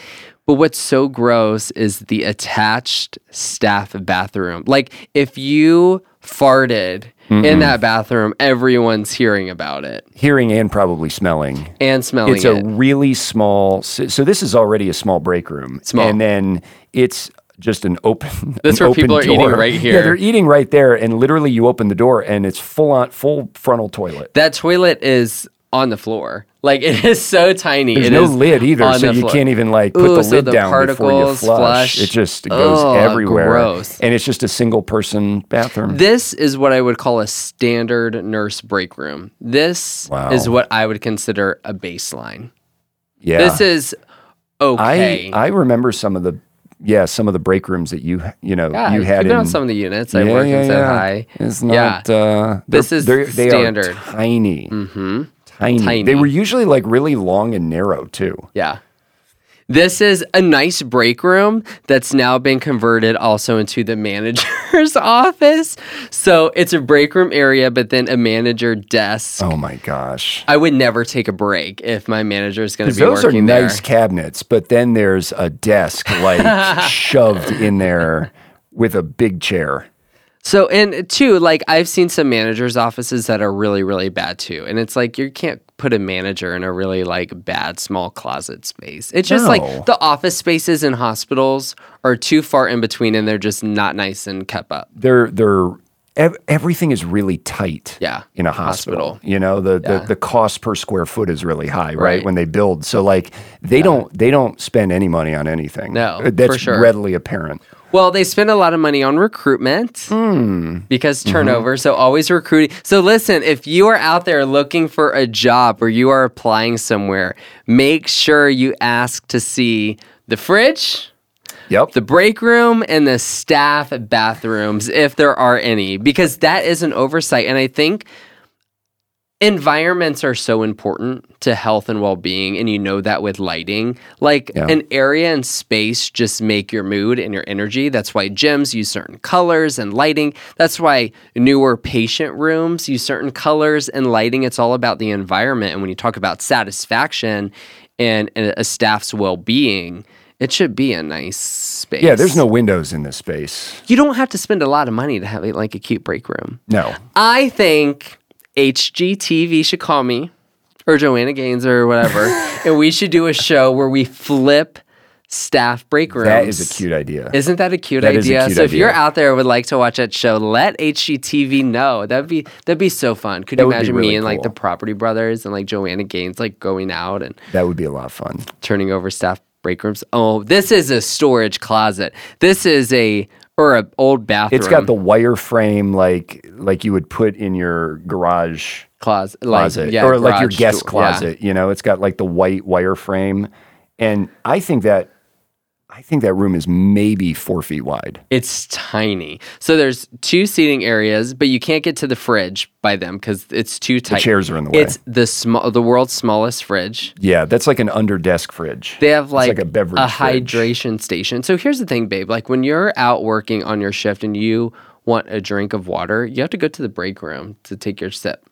A: But what's so gross is the attached staff bathroom. Like if you farted in that bathroom, everyone's hearing about it
B: hearing and probably smelling.
A: and smelling
B: It's
A: it.
B: a really small. So so this is already a small break room.
A: Small.
B: And then it's just an open.
A: That's
B: an
A: where people
B: open
A: are eating
B: door.
A: right
B: Yeah,
A: here.
B: they're eating right there, and literally you open the door and it's full on full frontal toilet.
A: That toilet is on the floor. Like it is so tiny.
B: There's
A: It
B: no
A: is
B: lid either,
A: on
B: so
A: the
B: you
A: floor.
B: can't even like put
A: Ooh,
B: the
A: so
B: lid
A: the
B: down before you
A: particles
B: flush.
A: flush.
B: It just goes
A: Ugh,
B: everywhere,
A: gross.
B: and it's just a single person bathroom.
A: This is what I would call a standard nurse break room. This
B: Wow.
A: is what I would consider a baseline.
B: yeah,
A: This is okay.
B: I uh, I remember some of the yeah some of the break rooms that you you know
A: yeah,
B: you
A: I've
B: had
A: been
B: in,
A: on some of the units I
B: yeah,
A: worked
B: yeah,
A: in Sed
B: yeah.
A: High.
B: It's
A: Yeah.
B: not. Uh,
A: This
B: they're-
A: is
B: they're- they are
A: standard.
B: tiny,
A: Mm-hmm.
B: tiny,
A: Tiny.
B: They were usually like really long and narrow too.
A: Yeah. This is a nice break room that's now been converted also into the manager's office. So it's a break room area, but then a manager desk.
B: Oh my gosh.
A: I would never take a break if my manager is going to
B: 'Cause
A: be
B: Those are
A: working there.
B: nice cabinets, but then there's a desk like shoved in there with a big chair.
A: So and two, like I've seen some managers' offices that are really, really bad too. And it's like you can't put a manager in a really like bad small closet space. It's just
B: No.
A: like the office spaces in hospitals are too far in between and they're just not nice and kept up.
B: they're they're ev- everything is really tight
A: Yeah,
B: in a hospital,
A: hospital.
B: you know the, the the cost per square foot is really high right,
A: Right.
B: when they build so like they don't they don't spend any money on anything
A: No,
B: Uh, that's
A: for sure.
B: readily apparent
A: Well, they spend a lot of money on recruitment because turnover. So always recruiting. So listen, if you are out there looking for a job or you are applying somewhere, make sure you ask to see the fridge.
B: yep
A: the break room and the staff bathrooms, if there are any, because that is an oversight. And I think environments are so important to health and well being. And you know that with lighting. Like
B: Yeah.
A: an area and space just make your mood and your energy. That's why gyms use certain colors and lighting. That's why newer patient rooms use certain colors and lighting. It's all about the environment. And when you talk about satisfaction and a a staff's well being, it should be a nice space.
B: yeah there's no windows in this space
A: You don't have to spend a lot of money to have like a cute break room.
B: no
A: I think HGTV should call me or Joanna Gaines or whatever, and we should do a show where we flip staff break rooms.
B: that is a cute idea
A: Isn't that a cute
B: That is a
A: idea?
B: cute
A: so if you're
B: idea.
A: out there and would like to watch that show, let HGTV know. That'd be that'd be so fun. Could you
B: would be
A: imagine
B: really
A: me and like the
B: cool.
A: Property Brothers and like Joanna Gaines like going out and
B: that would be a lot of fun
A: turning over staff break rooms? Oh, this is a storage closet. This is a or an old bathroom.
B: It's got the wireframe like like you would put in your garage
A: closet, like,
B: closet
A: yeah,
B: or like your
A: garage
B: guest
A: door, yeah.
B: closet. You know, it's got like the white wireframe, and I think that I think that room is maybe four feet wide.
A: It's tiny. So there's two seating areas, but you can't get to the fridge by them because it's too
B: The
A: tight.
B: chairs are in the way.
A: It's the small, the world's smallest fridge.
B: yeah, that's like an under desk fridge.
A: They have like,
B: like a beverage
A: a
B: fridge.
A: hydration station. So here's the thing, babe. Like when you're out working on your shift and you want a drink of water, you have to go to the break room to take your sip.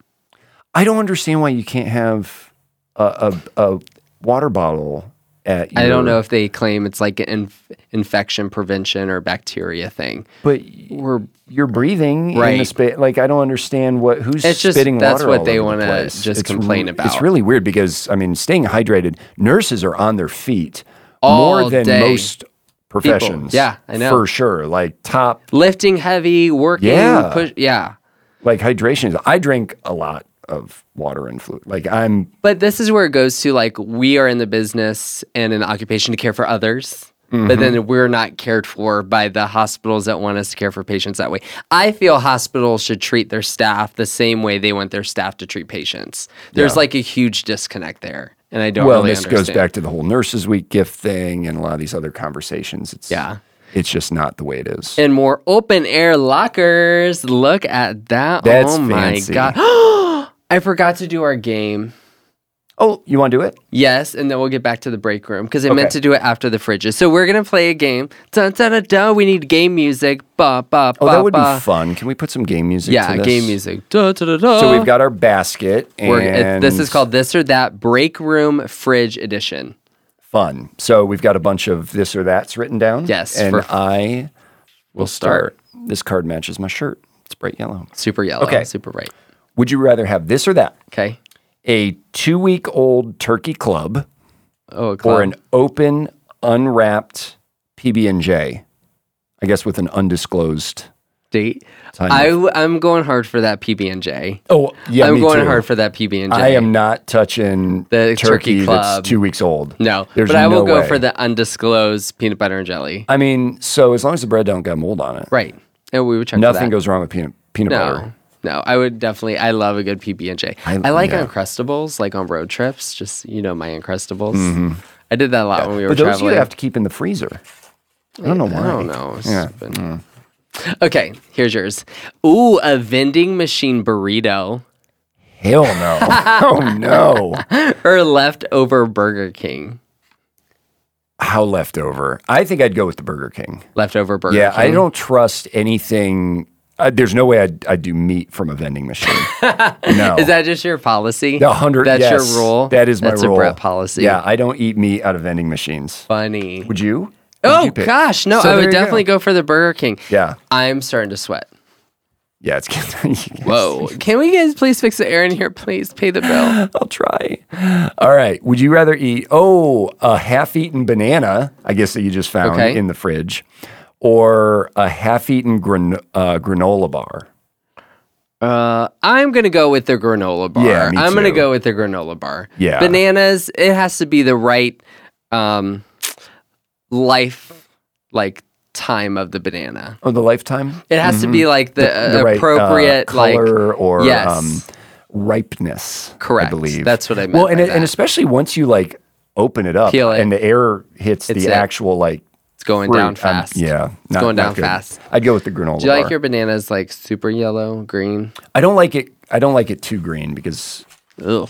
B: I don't understand why you can't have a a, a water bottle at. Your,
A: I don't know if they claim it's like an inf- infection prevention or bacteria thing.
B: but
A: We're
B: you're breathing in the
A: Right.
B: space. Like I don't understand what who's
A: It's just-
B: spitting
A: that's
B: water
A: what
B: all
A: they
B: over the
A: wanna
B: place.
A: just
B: It's
A: complain
B: re- It's
A: about.
B: really weird because I mean, staying hydrated. Nurses are on their feet more
A: All
B: than
A: day.
B: most professions.
A: Yeah, I know.
B: for sure. Like top,
A: lifting heavy, working,
B: Yeah.
A: push, yeah.
B: like hydration is. I drink a lot of water and fluid. Like I'm
A: But this is where it goes to like we are in the business and an occupation to care for others, but
B: Mm-hmm.
A: then we're not cared for by the hospitals that want us to care for patients that way. I feel hospitals should treat their staff the same way they want their staff to treat patients. There's
B: Yeah.
A: like a huge disconnect there, and I don't
B: well,
A: really
B: this
A: understand.
B: goes back to the whole Nurses Week gift thing and a lot of these other conversations. It's
A: Yeah.
B: it's just not the way it is.
A: and more open air lockers. Look at that!
B: That's
A: oh my
B: fancy.
A: god! I forgot to do our game.
B: oh, you want to do it?
A: Yes, and then we'll get back to the break room because I meant
B: Okay.
A: to do it after the fridges. So we're gonna play a game. Dun, dun, dun, dun. We need game music. Ba ba
B: Oh,
A: ba.
B: that would
A: ba.
B: be fun. Can we put some game music?
A: Yeah,
B: to this?
A: game music. Dun, dun, dun, dun.
B: So we've got our basket, and
A: Oh. We're- it- this is called this or that break room fridge edition.
B: fun. So we've got a bunch of this or that's written down.
A: Yes,
B: and
A: for-
B: I will
A: start.
B: start. This card matches my shirt. It's bright yellow.
A: Super yellow.
B: Okay.
A: Super bright.
B: Would you rather have this or that?
A: Okay.
B: A two-week-old turkey club
A: Oh, a
B: or
A: club.
B: an open, unwrapped PB and J? I guess with an undisclosed.
A: date.
B: Time
A: I w- I'm going hard for that PB and J.
B: Oh, yeah,
A: I'm
B: me
A: going
B: too.
A: hard for that PB and J.
B: I am not touching
A: The
B: the
A: turkey
B: turkey,
A: club.
B: that's two weeks old.
A: No,
B: There's
A: but I will
B: no
A: go
B: way.
A: for the undisclosed peanut butter and jelly.
B: I mean, so as long as the bread don't got mold on it,
A: Right. And we would check for that.
B: nothing goes wrong with peanut peanut
A: No,
B: butter.
A: no, I would definitely. I love a good PB and J. I
B: I-
A: like
B: yeah.
A: Uncrustables, like on road trips. Just you know, my Uncrustables. I did that a lot when we were
B: Mm-hmm. But those
A: traveling.
B: you have to keep in the freezer. I don't know why.
A: I don't know. it's
B: Yeah. Mm.
A: been- Okay, here's yours. Ooh, a vending machine burrito
B: Hell no. oh no.
A: or leftover Burger King.
B: How leftover? I think I'd go with the Burger King.
A: Leftover Burger
B: Yeah,
A: King.
B: I don't trust anything. Uh, there's no way I'd, I'd do meat from a vending machine. no.
A: Is that just your policy?
B: A hundred?
A: That's
B: yes.
A: your rule.
B: That is my
A: That's
B: rule.
A: a Brett policy.
B: Yeah, I don't eat meat out of vending machines.
A: Funny.
B: Would you? What'd
A: Oh
B: you pick?
A: gosh, no,
B: So
A: I
B: there
A: would
B: you
A: definitely
B: go.
A: go. for the Burger King.
B: Yeah.
A: I'm starting to sweat.
B: Yeah, it's good.
A: Whoa. Can we guys please fix the air in here? Please pay the bill.
B: I'll try. All right. Would you rather eat, oh, a half eaten banana, I guess that you just found
A: Okay.
B: in the fridge, or a half eaten gran- uh, granola bar?
A: Uh, I'm gonna go with the granola bar.
B: Yeah, me
A: I'm gonna
B: too.
A: go with the granola bar.
B: Yeah.
A: Bananas, it has to be the right um life like time of the banana.
B: Oh, the lifetime?
A: It has to be like the,
B: Mm-hmm. The
A: uh,
B: right, uh,
A: appropriate like
B: color or
A: yes.
B: um, ripeness.
A: correct.
B: I believe.
A: That's what I meant.
B: well, and,
A: by
B: it, and
A: that.
B: especially once you like open it up
A: Peel it.
B: and the air hits
A: It's
B: the
A: it.
B: actual like.
A: it's going
B: fruit,
A: down
B: I'm-
A: fast.
B: yeah. It's
A: going down fast.
B: I'd go with the granola
A: Do you like
B: bar.
A: your bananas like super yellow, green?
B: I don't like it. I don't like it too green because,
A: Ugh.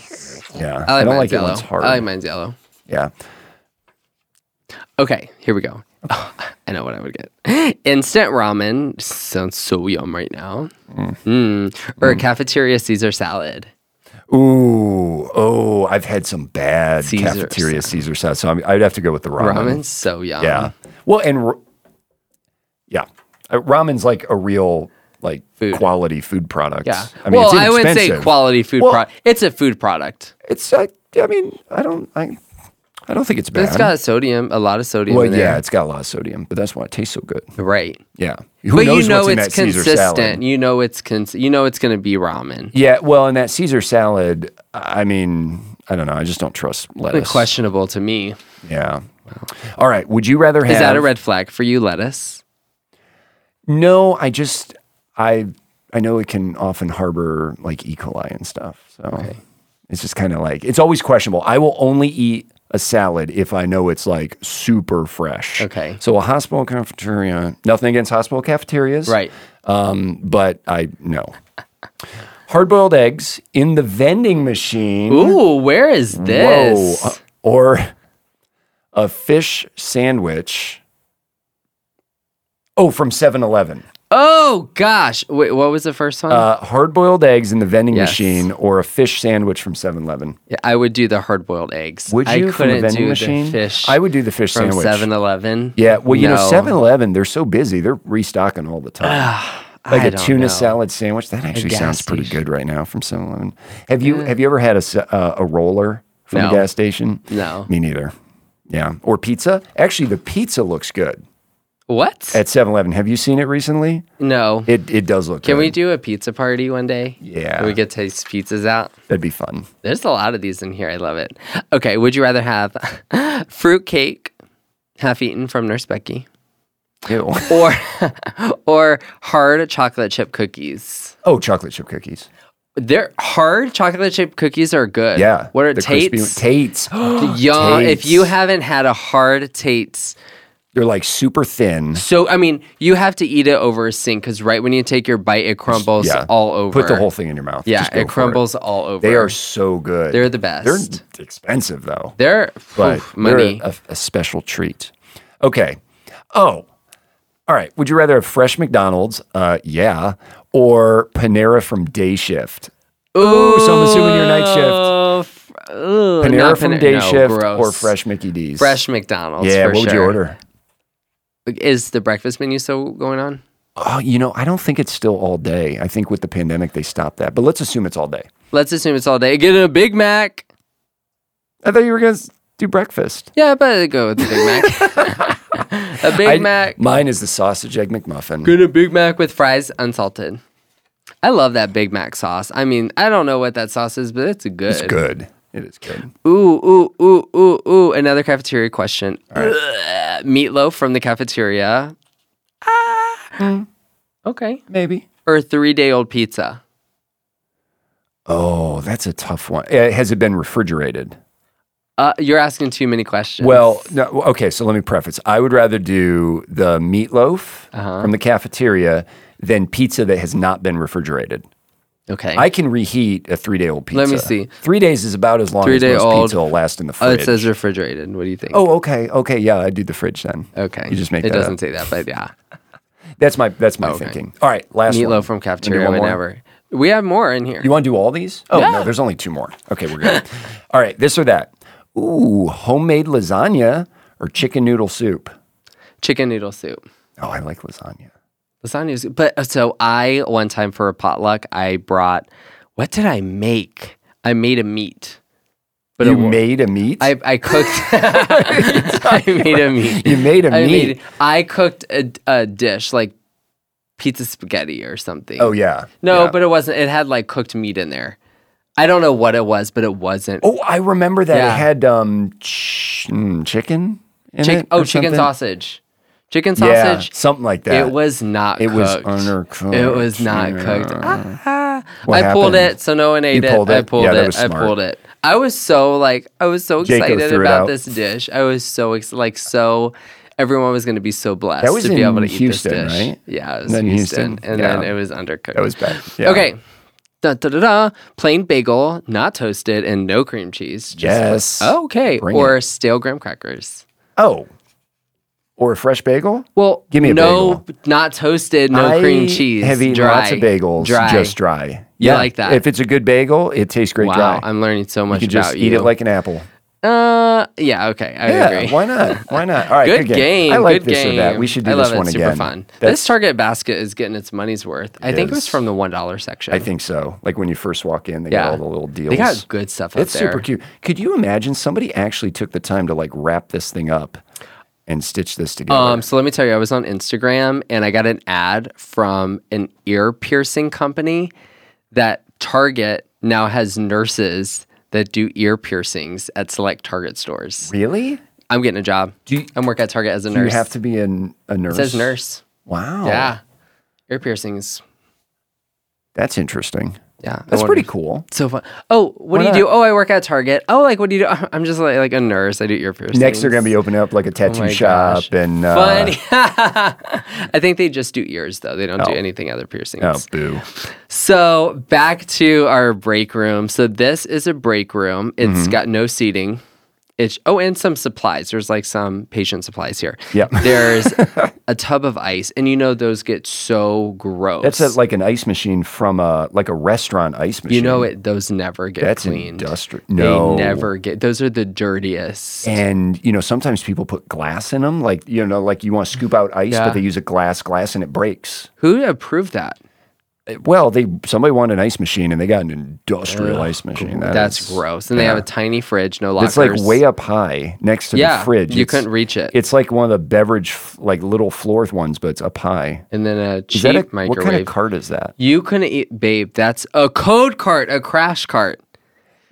B: yeah. I,
A: I, like
B: don't
A: mine's
B: like
A: yellow.
B: it when it's hard.
A: I like mine's yellow.
B: yeah.
A: Okay, here we go. I know what I would get. Instant ramen sounds so yum right now. Mm. Or a cafeteria Caesar salad.
B: Ooh, oh, I've had some bad
A: Caesar
B: cafeteria Caesar salad, so I'm, I'd have to go with the ramen.
A: Ramen's so yum.
B: Yeah. Well, and r- yeah, Uh, ramen's like a real like
A: Food.
B: quality food product.
A: Yeah.
B: I mean,
A: well,
B: it's
A: I wouldn't say
B: inexpensive.
A: quality food
B: Well-
A: product. It's a food product.
B: It's. I, I mean, I don't. I, I don't think it's bad.
A: It's got sodium, a lot of sodium
B: well,
A: in
B: yeah,
A: there.
B: it's got a lot of sodium, but that's why it tastes so good.
A: Right.
B: Yeah. Who
A: but
B: knows
A: you know
B: what's in
A: it's
B: that Caesar salad?
A: consistent. You know it's cons- you know it's going to be ramen.
B: Yeah. Well, and that Caesar salad. I mean, I don't know. I just don't trust lettuce.
A: Questionable to me.
B: Yeah. All right. Would you rather have
A: Is that a red flag for you, lettuce?
B: No, I just I I know it can often harbor like E. coli and stuff. So it's just kind of like it's always questionable. I will only eat a salad if I know it's like super fresh.
A: Okay.
B: So a hospital cafeteria, nothing against hospital cafeterias.
A: Right.
B: Um, but I no. Hard boiled eggs in the vending machine.
A: Ooh, where is
B: Whoa.
A: this?
B: Uh, Or a fish sandwich. Oh, from 7 Eleven.
A: Oh gosh. Wait, what was the first one?
B: Uh, hard boiled eggs in the vending
A: Oh. Yes.
B: machine or a fish sandwich from 7 Eleven.
A: Yeah, I would do the hard boiled eggs.
B: Would you
A: I
B: from the
A: couldn't
B: vending
A: do
B: machine?
A: the fish
B: I would do the fish
A: from
B: sandwich.
A: 7 Eleven.
B: yeah, well, you know, 7 Eleven, they're so busy. They're restocking all the time. like
A: Ah, I
B: a
A: don't
B: tuna
A: know.
B: salad sandwich. That actually
A: gas
B: sounds pretty
A: station.
B: good right now from 7 Eleven. Have you, have you ever had a, s- uh, a roller from a
A: Eh. No.
B: gas station?
A: No.
B: Me neither. Yeah. Or pizza. Actually, the pizza looks good
A: What?
B: at 7 Eleven. Have you seen it recently?
A: No.
B: It, it does look
A: Can
B: good.
A: we do a pizza party one day?
B: Yeah.
A: Where we could taste pizzas out.
B: That'd be fun.
A: There's a lot of these in here. I love it. Okay, would you rather have fruit cake half eaten from Nurse Becky
B: Ew.
A: or or hard chocolate chip cookies?
B: oh, chocolate chip cookies.
A: They're hard chocolate chip cookies are good.
B: Yeah.
A: What are
B: the crispy
A: Tate's?
B: one- Tate's.
A: Y'all, if
B: Tate's.
A: you haven't had a hard Tate's,
B: They're like super thin.
A: so I mean, you have to eat it over a sink because right when you take your bite, it crumbles
B: Yeah.
A: all over.
B: Put the whole thing in your mouth.
A: yeah,
B: Just go
A: it
B: for
A: crumbles all over.
B: They are so good.
A: They're the best.
B: They're expensive though.
A: They're
B: but
A: oof,
B: they're
A: money.
B: a, a special treat. Okay. Oh. All right. Would you rather have fresh McDonald's? Uh, yeah. Or Panera from day shift? Ooh, so I'm assuming you're night shift.
A: Oh, f- ooh,
B: uh, Panera
A: not
B: from
A: Pane-
B: day
A: no,
B: shift
A: gross.
B: or fresh Mickey D's?
A: fresh McDonald's.
B: Yeah.
A: for
B: What would you
A: sure.
B: order?
A: Is the breakfast menu still going on?
B: Oh, you know, I don't think it's still all day. I think with the pandemic they stopped that. But let's assume it's all day.
A: Let's assume it's all day. Get a Big Mac.
B: I thought you were gonna s- do breakfast.
A: Yeah, but I'd go with the Big Mac. a Big
B: I-
A: Mac.
B: Mine is the sausage egg McMuffin.
A: Get a Big Mac with fries unsalted. I love that Big Mac sauce. I mean, I don't know what that sauce is, but it's good.
B: It's good. It is good.
A: Ooh, ooh, ooh, ooh, ooh. Another cafeteria question. Ugh, meatloaf from the cafeteria. Ah. Okay.
B: Maybe.
A: Or three day old pizza.
B: Oh, that's a tough one. Uh, has it been refrigerated?
A: Uh, you're asking too many questions.
B: Well, no, okay. So let me preface. I would rather do the meatloaf
A: Uh-huh.
B: from the cafeteria than pizza that has not been refrigerated.
A: okay.
B: I can reheat a three-day-old pizza.
A: Let me see.
B: Three days is about as long as most
A: Three-day-old-
B: pizza will last in the
A: oh,
B: fridge.
A: it says refrigerated. What do you think?
B: oh, okay, okay, yeah, I do the fridge then.
A: okay.
B: you just make
A: it
B: that
A: doesn't
B: up.
A: say that, but yeah.
B: That's my that's my
A: Okay.
B: thinking. All right, last one.
A: Meatloaf from
B: Wanna do
A: cafeteria,
B: one more?
A: whenever. We have more in here.
B: You want to do all these? Oh no, there's only two more. Okay, we're good. all right, this or that. Ooh, homemade lasagna or chicken noodle soup.
A: Chicken noodle soup.
B: Oh, I like lasagna.
A: Lasagna's but uh, so I one time for a potluck I brought what did I make? I made a meat. But
B: you
A: it, wa-
B: made a meat.
A: I I cooked I made a meat.
B: you made a
A: I
B: meat.
A: made I cooked a, a dish like pizza spaghetti or something.
B: oh yeah.
A: No,
B: Yeah.
A: but it wasn't. It had like cooked meat in there. I don't know what it was, but it wasn't.
B: Oh, I remember that
A: Yeah.
B: it had um ch- mm, chicken. In
A: Chick-
B: it
A: oh,
B: or
A: chicken
B: something?
A: sausage. Chicken
B: Yeah,
A: sausage.
B: something like that.
A: It was not
B: It
A: cooked.
B: was undercooked.
A: It was not cooked. Ah. I
B: What
A: pulled
B: happened?
A: it, so no one ate it.
B: pulled
A: I
B: it?
A: pulled
B: Yeah, that
A: it.
B: was
A: I
B: smart.
A: pulled it. I was so like I was so
B: Jaco
A: excited
B: threw it out.
A: about this dish. I was so ex- like so everyone was going to be so blessed
B: That was
A: to be
B: in
A: able to
B: Houston,
A: eat this dish.
B: right?
A: Yeah, it was
B: Then
A: Houston,
B: Houston?
A: and
B: Yeah.
A: then it was undercooked.
B: That was bad. Yeah.
A: Okay. Da, da, da, da. Plain bagel, not toasted, and no cream cheese. Just-
B: Yes.
A: okay.
B: Bring
A: or stale graham crackers.
B: Oh, or a fresh bagel.
A: Well,
B: Give me a
A: no, not toasted, no
B: I
A: cream cheese.
B: Have eaten
A: dry.
B: lots of bagels,
A: Dry.
B: just dry.
A: You like that?
B: If it's a good bagel, it tastes great
A: wow,
B: dry.
A: I'm learning so much
B: you can
A: about
B: just
A: you.
B: eat it like an apple.
A: uh, yeah, okay, I
B: Yeah,
A: agree.
B: why not? Why not? All right,
A: Good game.
B: I like
A: good
B: this
A: game.
B: or that. We should do
A: I love
B: this one
A: it.
B: again.
A: Super fun.
B: That's-
A: this Target basket is getting its money's worth. I think it was
B: is.
A: from the one dollar section.
B: I think so. Like when you first walk in, they
A: Yeah.
B: got all the little deals.
A: they got good stuff up
B: It's
A: there.
B: super cute. Could you imagine somebody actually took the time to like wrap this thing up and stitch this together?
A: Um, so let me tell you, I was on Instagram and I got an ad from an ear piercing company that Target now has nurses that do ear piercings at select Target stores.
B: really?
A: I'm getting a job.
B: Do you-
A: I'm working at Target as a
B: You Oh.
A: nurse.
B: have to be an, a nurse.
A: it says nurse.
B: Wow.
A: Yeah. Ear piercings.
B: That's interesting.
A: Yeah. I
B: That's
A: wonder-
B: pretty cool.
A: So fun. Oh, what do you
B: not?
A: do? Oh, I work at Target. Oh, like what do you do? I'm just like, like a nurse. I do ear piercings.
B: Next, they're going to be opening up like a tattoo
A: Oh my
B: shop
A: gosh.
B: and uh,
A: Funny. I think they just do ears though. They don't do anything other piercings.
B: Oh, boo!
A: So back to our break room. So this is a break room. It's
B: Mm-hmm.
A: got no seating. It's oh, and some supplies. There's like some patient supplies here.
B: Yep.
A: There's a tub of ice, and you know those get so gross.
B: That's a, like an ice machine from a like a restaurant ice machine.
A: you know it. Those never get
B: That's
A: cleaned.
B: industrial.
A: They
B: No,
A: never get. Those are the dirtiest.
B: And you know, sometimes people put glass in them, like you know, like you want to scoop out ice,
A: Yeah.
B: but they use a glass glass and it breaks.
A: Who approved that?
B: Well, they somebody wanted an ice machine and they got an industrial ice machine. That
A: That's
B: is-
A: gross. And they have a tiny fridge, no lockers.
B: It's like way up high next to
A: yeah,
B: the fridge.
A: You
B: It's-
A: couldn't reach it.
B: It's like one of the beverage f- like little floor ones, but it's up high.
A: and then a cheap
B: Is that a,
A: microwave.
B: what kind of cart is that?
A: You couldn't eat, babe. That's a code cart, a crash cart.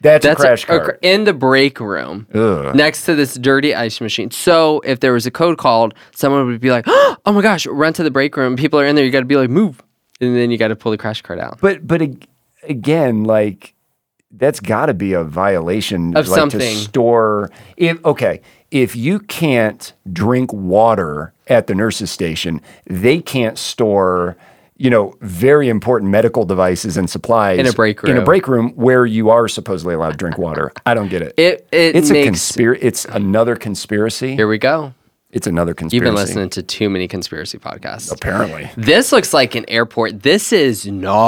B: That's,
A: That's
B: a crash Uh.
A: a- a
B: cart.
A: cr- in the break room
B: Ugh.
A: next to this dirty ice machine. So if there was a code called, someone would be like, "Oh my gosh, run to the break room! People are in there. You got to be like, move!" And then you got to pull the crash cart out.
B: But but ag- again, like that's got to be a violation
A: Of
B: like,
A: something.
B: To store if okay, if you can't drink water at the nurses' station, they can't store. You know, very important medical devices and supplies
A: In a break
B: In a
A: room.
B: break room where you are supposedly allowed to drink water. I don't get it.
A: It it
B: it's a
A: makes.
B: conspiracy. It's another conspiracy.
A: here we go.
B: It's another conspiracy.
A: You've been listening to too many conspiracy podcasts.
B: Apparently,
A: This looks like an airport. This is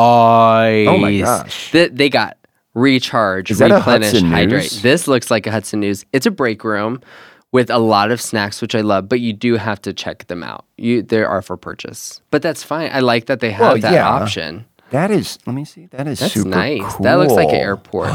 A: nice.
B: Oh my gosh.
A: Th- they got recharge,
B: that a
A: replenish,
B: Hudson
A: hydrate.
B: News?
A: This looks like a Hudson News. It's a break room with a lot of snacks, which I love, but you do have to check them out. You they are for purchase. But that's fine. I like that they have
B: Well,
A: that
B: yeah.
A: option.
B: that is. Let me see. That is
A: That's
B: super
A: nice. That looks like an
B: cool.
A: airport.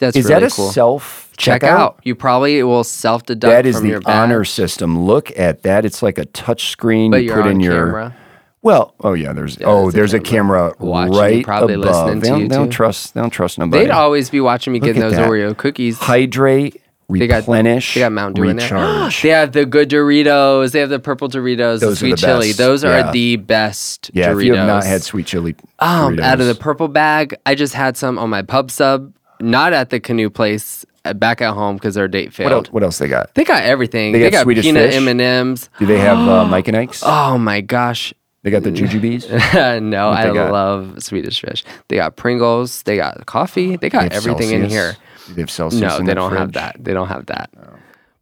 A: That's
B: Is
A: really
B: that a
A: cool.
B: self
A: check out. You probably will self deduct.
B: That is
A: from your
B: the
A: bag,
B: honor system. Look at that. It's like a touch screen.
A: But
B: you
A: you're
B: put
A: on
B: in your
A: camera.
B: well. Oh yeah, there's oh there's a camera,
A: watching you,
B: right
A: probably
B: above.
A: listening to
B: they don't,
A: you,
B: they don't
A: too.
B: trust. They don't trust nobody.
A: They'd always be watching me getting
B: at
A: those
B: that.
A: Oreo cookies.
B: Hydrate,
A: got-
B: replenish.
A: They got Mountain Dew
B: recharge.
A: in there. they have the good Doritos. They have the purple Doritos, the
B: Those are
A: sweet
B: the
A: chili.
B: best,
A: Those are
B: yeah.
A: the best
B: yeah,
A: Doritos.
B: if you have not had sweet chili,
A: um, out of the
B: Doritos.
A: purple bag, I just had some on my pub sub, not at the canoe place, uh, back at home because their date
B: what
A: failed.
B: else, what else they got?
A: They got everything.
B: They
A: They,
B: got
A: got,
B: Swedish
A: peanut
B: fish?
A: M and M's.
B: Do they have uh, Mike and Ike's?
A: Oh my gosh.
B: They got the jujubes.
A: no, I
B: they got?
A: love Swedish fish. They got Pringles. They got coffee. They got
B: They have
A: everything in
B: Celsius?
A: here.
B: Do They have Celsius.
A: No,
B: in
A: they
B: their
A: don't have
B: fridge?
A: that. They don't have that.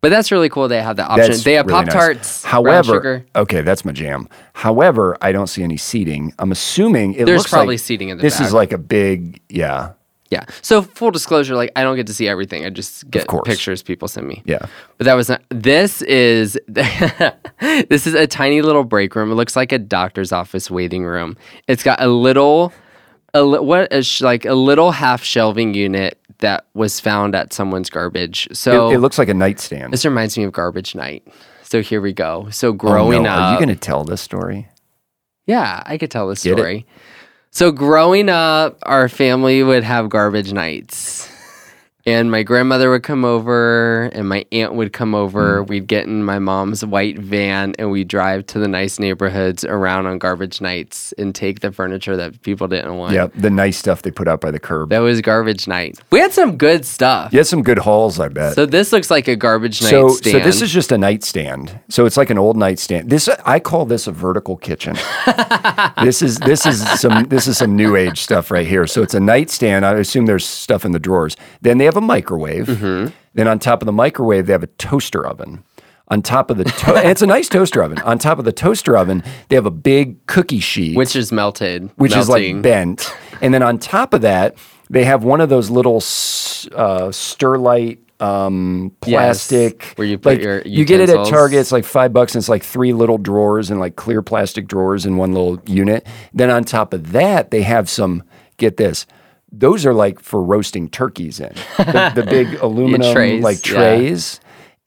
A: But that's really cool. They have the option.
B: That's
A: they have
B: really
A: Pop
B: nice.
A: Tarts.
B: However,
A: sugar.
B: okay, that's my jam. However, I don't see any seating. I'm assuming it
A: There's
B: looks
A: probably
B: like
A: seating in the
B: this
A: back.
B: is like a big yeah
A: yeah. So full disclosure, like I don't get to see everything. I just get
B: course.
A: pictures people send me.
B: yeah.
A: But that was not. This is this is a tiny little break room. It looks like a doctor's office waiting room. It's got a little, a li- what is sh- like a little half shelving unit that was found at someone's garbage. So
B: It, it looks like a nightstand.
A: this reminds me of garbage night. So here we go. So
B: Oh, no.
A: growing up,
B: Are you going to tell this story?
A: Yeah, I could tell the
B: it?
A: story. So growing up, our family would have garbage nights. And my grandmother would come over and my aunt would come over.
B: Hmm.
A: We'd get in my mom's white van and we'd drive to the nice neighborhoods around on garbage nights and take the furniture that people didn't want.
B: Yeah, the nice stuff they put out by the curb.
A: That was garbage night. We had some good stuff.
B: You had some good hauls, I bet.
A: So this looks like a garbage night
B: So,
A: stand.
B: so this is just a nightstand. So it's like an old nightstand. This I call this a vertical kitchen. this is this is some this is some new age stuff right here. So it's a nightstand. I assume there's stuff in the drawers. Then they have a microwave. Then on top of the microwave, they have a toaster oven. On top of the to- and it's a nice toaster oven. On top of the toaster oven, they have a big cookie sheet
A: which is melted.
B: which is
A: melting.
B: like bent. And then on top of that, they have one of those little s- uh, Sterlite um, plastic.
A: where you put
B: like,
A: your
B: you get it at
A: utensils.
B: Target. It's like five bucks, and it's like three little drawers and like clear plastic drawers in one little unit. Then on top of that, they have some. Get this. Those are like for roasting turkeys in the, the big aluminum
A: trays,
B: like
A: yeah.
B: trays,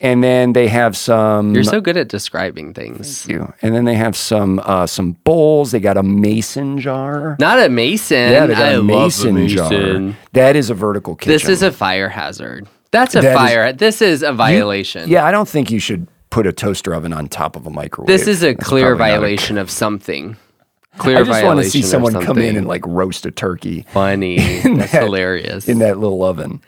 B: and then they have some
A: You're so good at describing things.
B: you. And then they have some uh, some bowls. They got a mason jar.
A: Not a mason.
B: Yeah, they got
A: I
B: a mason, jar. That is a vertical kitchen.
A: This is a fire hazard. That's a
B: That is-
A: fire. this is a violation.
B: yeah. I don't think you should put a toaster oven on top of a microwave.
A: This is a clear
B: probably not a-
A: violation of something. Clear
B: I just want to see
A: violation or
B: someone come in
A: something.
B: and like roast a turkey
A: Funny. That's
B: that-
A: hilarious.
B: in that little oven.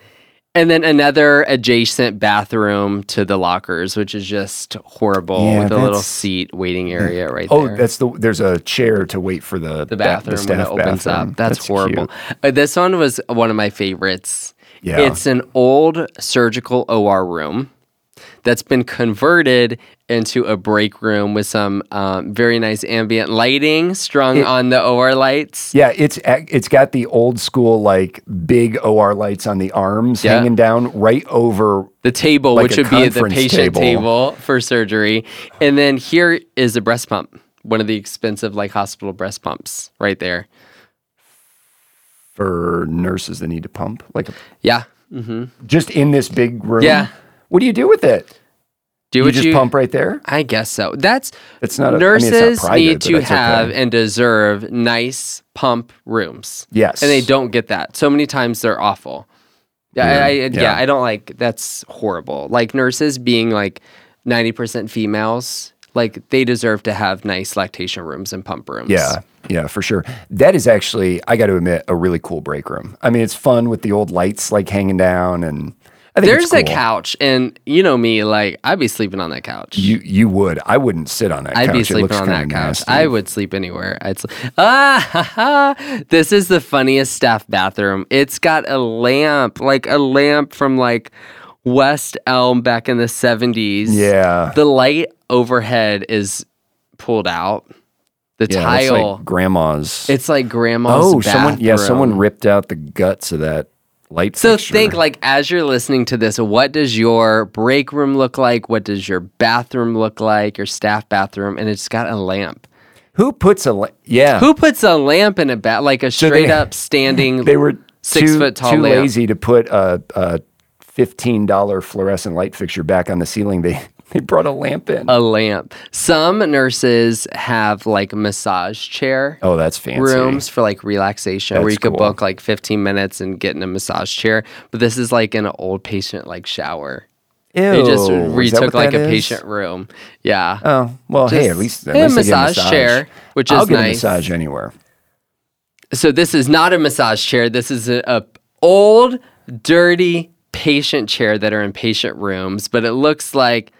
A: and then another adjacent bathroom to the lockers, which is just horrible
B: Yeah,
A: with a little
B: that's-
A: seat waiting area right
B: Oh,
A: there.
B: that's the there's a chair to wait for the
A: the bathroom
B: the
A: when it
B: staff
A: opens
B: bathroom.
A: up. That's, horrible.
B: cute.
A: Uh, this one was one of my favorites.
B: Yeah.
A: It's an old surgical OR room that's been converted into a break room with some um, very nice ambient lighting strung on the OR lights.
B: Yeah, it's ac- it's got the old school like big OR lights on the arms
A: Yeah.
B: hanging down right over.
A: The table,
B: Like
A: which
B: a
A: would be the
B: conference
A: patient
B: table.
A: table. for surgery. And then here is a breast pump, one of the expensive like hospital breast pumps right there.
B: For nurses that need to pump, like
A: Yeah. Mm-hmm.
B: just in this big room.
A: Yeah.
B: What do you do with it?
A: Do
B: You
A: what
B: just pump right there.
A: I guess so. That's
B: It's not a- I mean, it's not
A: nurses
B: private,
A: need
B: but
A: to
B: it's okay.
A: have and deserve nice pump rooms.
B: Yes.
A: and they don't get that. So many times they're awful. Yeah, I, I, yeah.
B: Mm, yeah.
A: I don't like. That's horrible. Like nurses being like ninety percent females. Like they deserve to have nice lactation rooms and pump rooms.
B: Yeah, yeah, for sure. That is actually, I got to admit, a really cool break room. I mean, it's fun with the old lights like hanging down, and I think it's
A: There's a
B: cool.
A: couch, and you know me, like I'd be sleeping on that couch.
B: You you would. I wouldn't sit on that.
A: I'd
B: couch.
A: be
B: It
A: sleeping
B: looks
A: on that
B: kinda
A: couch.
B: nasty.
A: I would sleep anywhere. I'd sl- ah, ha, ha. this is the funniest staff bathroom. It's got a lamp, like a lamp from like West Elm back in the seventies.
B: Yeah.
A: the light overhead is pulled out. The
B: yeah, that's like
A: tile,
B: grandma's.
A: it's like grandma's.
B: oh, someone. Yeah,
A: bathroom.
B: someone ripped out the guts of that light.
A: So
B: fixture.
A: think like as you're listening to this, what does your break room look like? What does your bathroom look like? Your staff bathroom, and it's got a lamp.
B: who puts a li- yeah.
A: Who puts a lamp in a bat like a
B: they-
A: straight up standing?
B: they were
A: six
B: too,
A: foot tall
B: too
A: lamp.
B: lazy to put a, a fifteen dollar fluorescent light fixture back on the ceiling. They they brought a lamp in.
A: a lamp. Some nurses have like massage chair
B: oh, that's fancy.
A: rooms for like relaxation where
B: That's
A: you could
B: cool.
A: book like 15 minutes and get in a massage chair. But this is like an old patient like shower.
B: Ew,
A: They just
B: Oh, is
A: retook
B: that what
A: like
B: that
A: a
B: is?
A: patient room. Yeah.
B: Oh well, hey, at
A: Just-
B: least, at
A: and a
B: least I get a
A: massage chair, which
B: I'll
A: is
B: get
A: nice.
B: a massage anywhere.
A: so this is not a massage chair. This is a, a old, dirty patient chair that are in patient rooms, but it looks like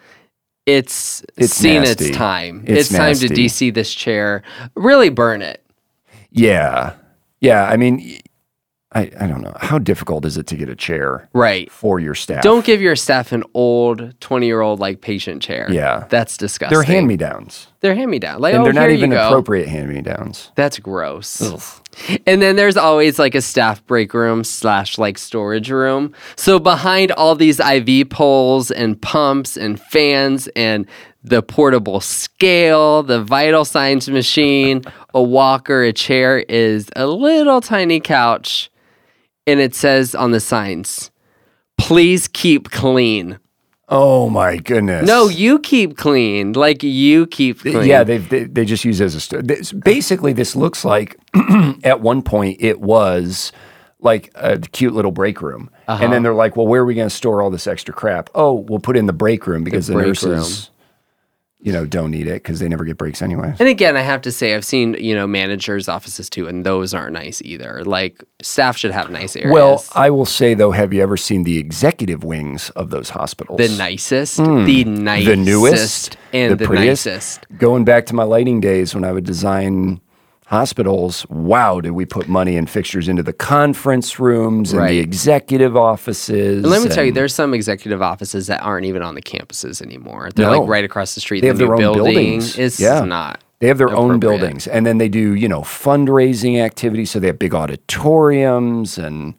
A: it's,
B: It's
A: seen
B: nasty.
A: its time.
B: It's
A: It's, time to
B: nasty.
A: DC this chair. Really burn it.
B: Yeah, yeah. I mean, y- I I don't know how difficult is it to get a chair
A: Right.
B: for your staff.
A: Don't give your staff an old 20 year old like patient chair.
B: Yeah.
A: That's disgusting.
B: they're hand me downs,
A: They're hand me down. Like,
B: and
A: oh,
B: they're not
A: here
B: even
A: you go.
B: appropriate hand me downs.
A: That's gross. And then there's always like a staff break room slash like storage room. So behind all these IV poles and pumps and fans and the portable scale, the vital signs machine, a walker, a chair is a little tiny couch. And it says on the signs, please keep clean.
B: Oh my goodness.
A: No, you keep clean. Like you keep clean.
B: Yeah, they've, they they just use it as a sto- this, basically this looks like at one point it was like a cute little break room,
A: Uh-huh.
B: and then they're like, well, where are we going to store all this extra crap? Oh, we'll put it in the break room because the,
A: break
B: nurses, you know, don't need it because they never get breaks anyway.
A: And again, I have to say, I've seen you know managers' offices too, and those aren't nice either. Like staff should have nice areas.
B: Well, I will say though, have you ever seen the executive wings of those hospitals?
A: the nicest, the nicest,
B: uh, hmm, the newest
A: and the,
B: prettiest.
A: nicest.
B: Going back to my lighting days when I would design hospitals, wow, did we put money and fixtures into the conference rooms and the
A: Right.
B: executive offices?
A: Let me tell you,
B: and
A: there's some executive offices that aren't even on the campuses anymore. They're
B: No.
A: like right across the street.
B: they have
A: the
B: their
A: new
B: own
A: building
B: buildings.
A: is
B: yeah.
A: not.
B: They have their own
A: appropriate.
B: buildings, and then they do you know fundraising activities. So they have big auditoriums, and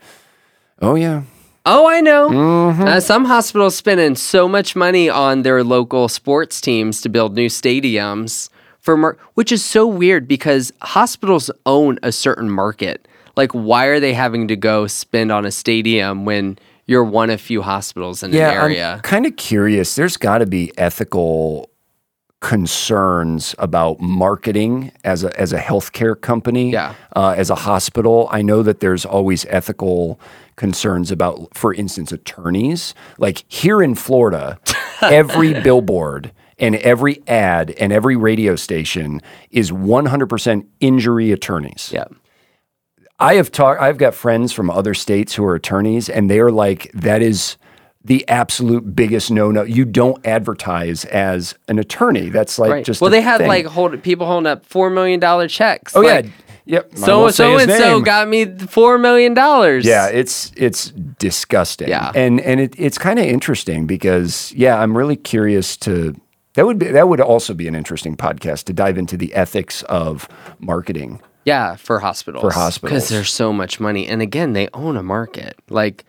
B: oh yeah,
A: Oh, I know.
B: Mm-hmm.
A: Uh, some hospitals spending so much money on their local sports teams to build new stadiums for mar- which is so weird because hospitals own a certain market. Like, why are they having to go spend on a stadium when you're one of few hospitals in an
B: yeah. um,
A: area?
B: I'm kind of curious. There's got to be ethical concerns about marketing as a as a healthcare company,
A: Yeah.
B: uh, as a hospital. I know that there's always ethical concerns about, for instance, attorneys. Like here in Florida, every billboard and every ad and every radio station is 100% injury attorneys.
A: Yeah.
B: I have talked. I've got friends from other states who are attorneys, and they are like, that is the absolute biggest no-no. You don't advertise as an attorney. That's like
A: Right.
B: just
A: well,
B: a
A: they had
B: thing.
A: like hold people holding up four million dollar checks.
B: oh
A: Like,
B: yeah, yep. I
A: So
B: won't say
A: so
B: his
A: and so
B: name.
A: got me four million dollars.
B: Yeah, it's it's disgusting.
A: Yeah.
B: and and it, it's kind of interesting because yeah, I'm really curious to. That would be, that would also be an interesting podcast to dive into the ethics of marketing.
A: yeah, for hospitals.
B: For hospitals.
A: because there's so much money, and again, they own a market. Like,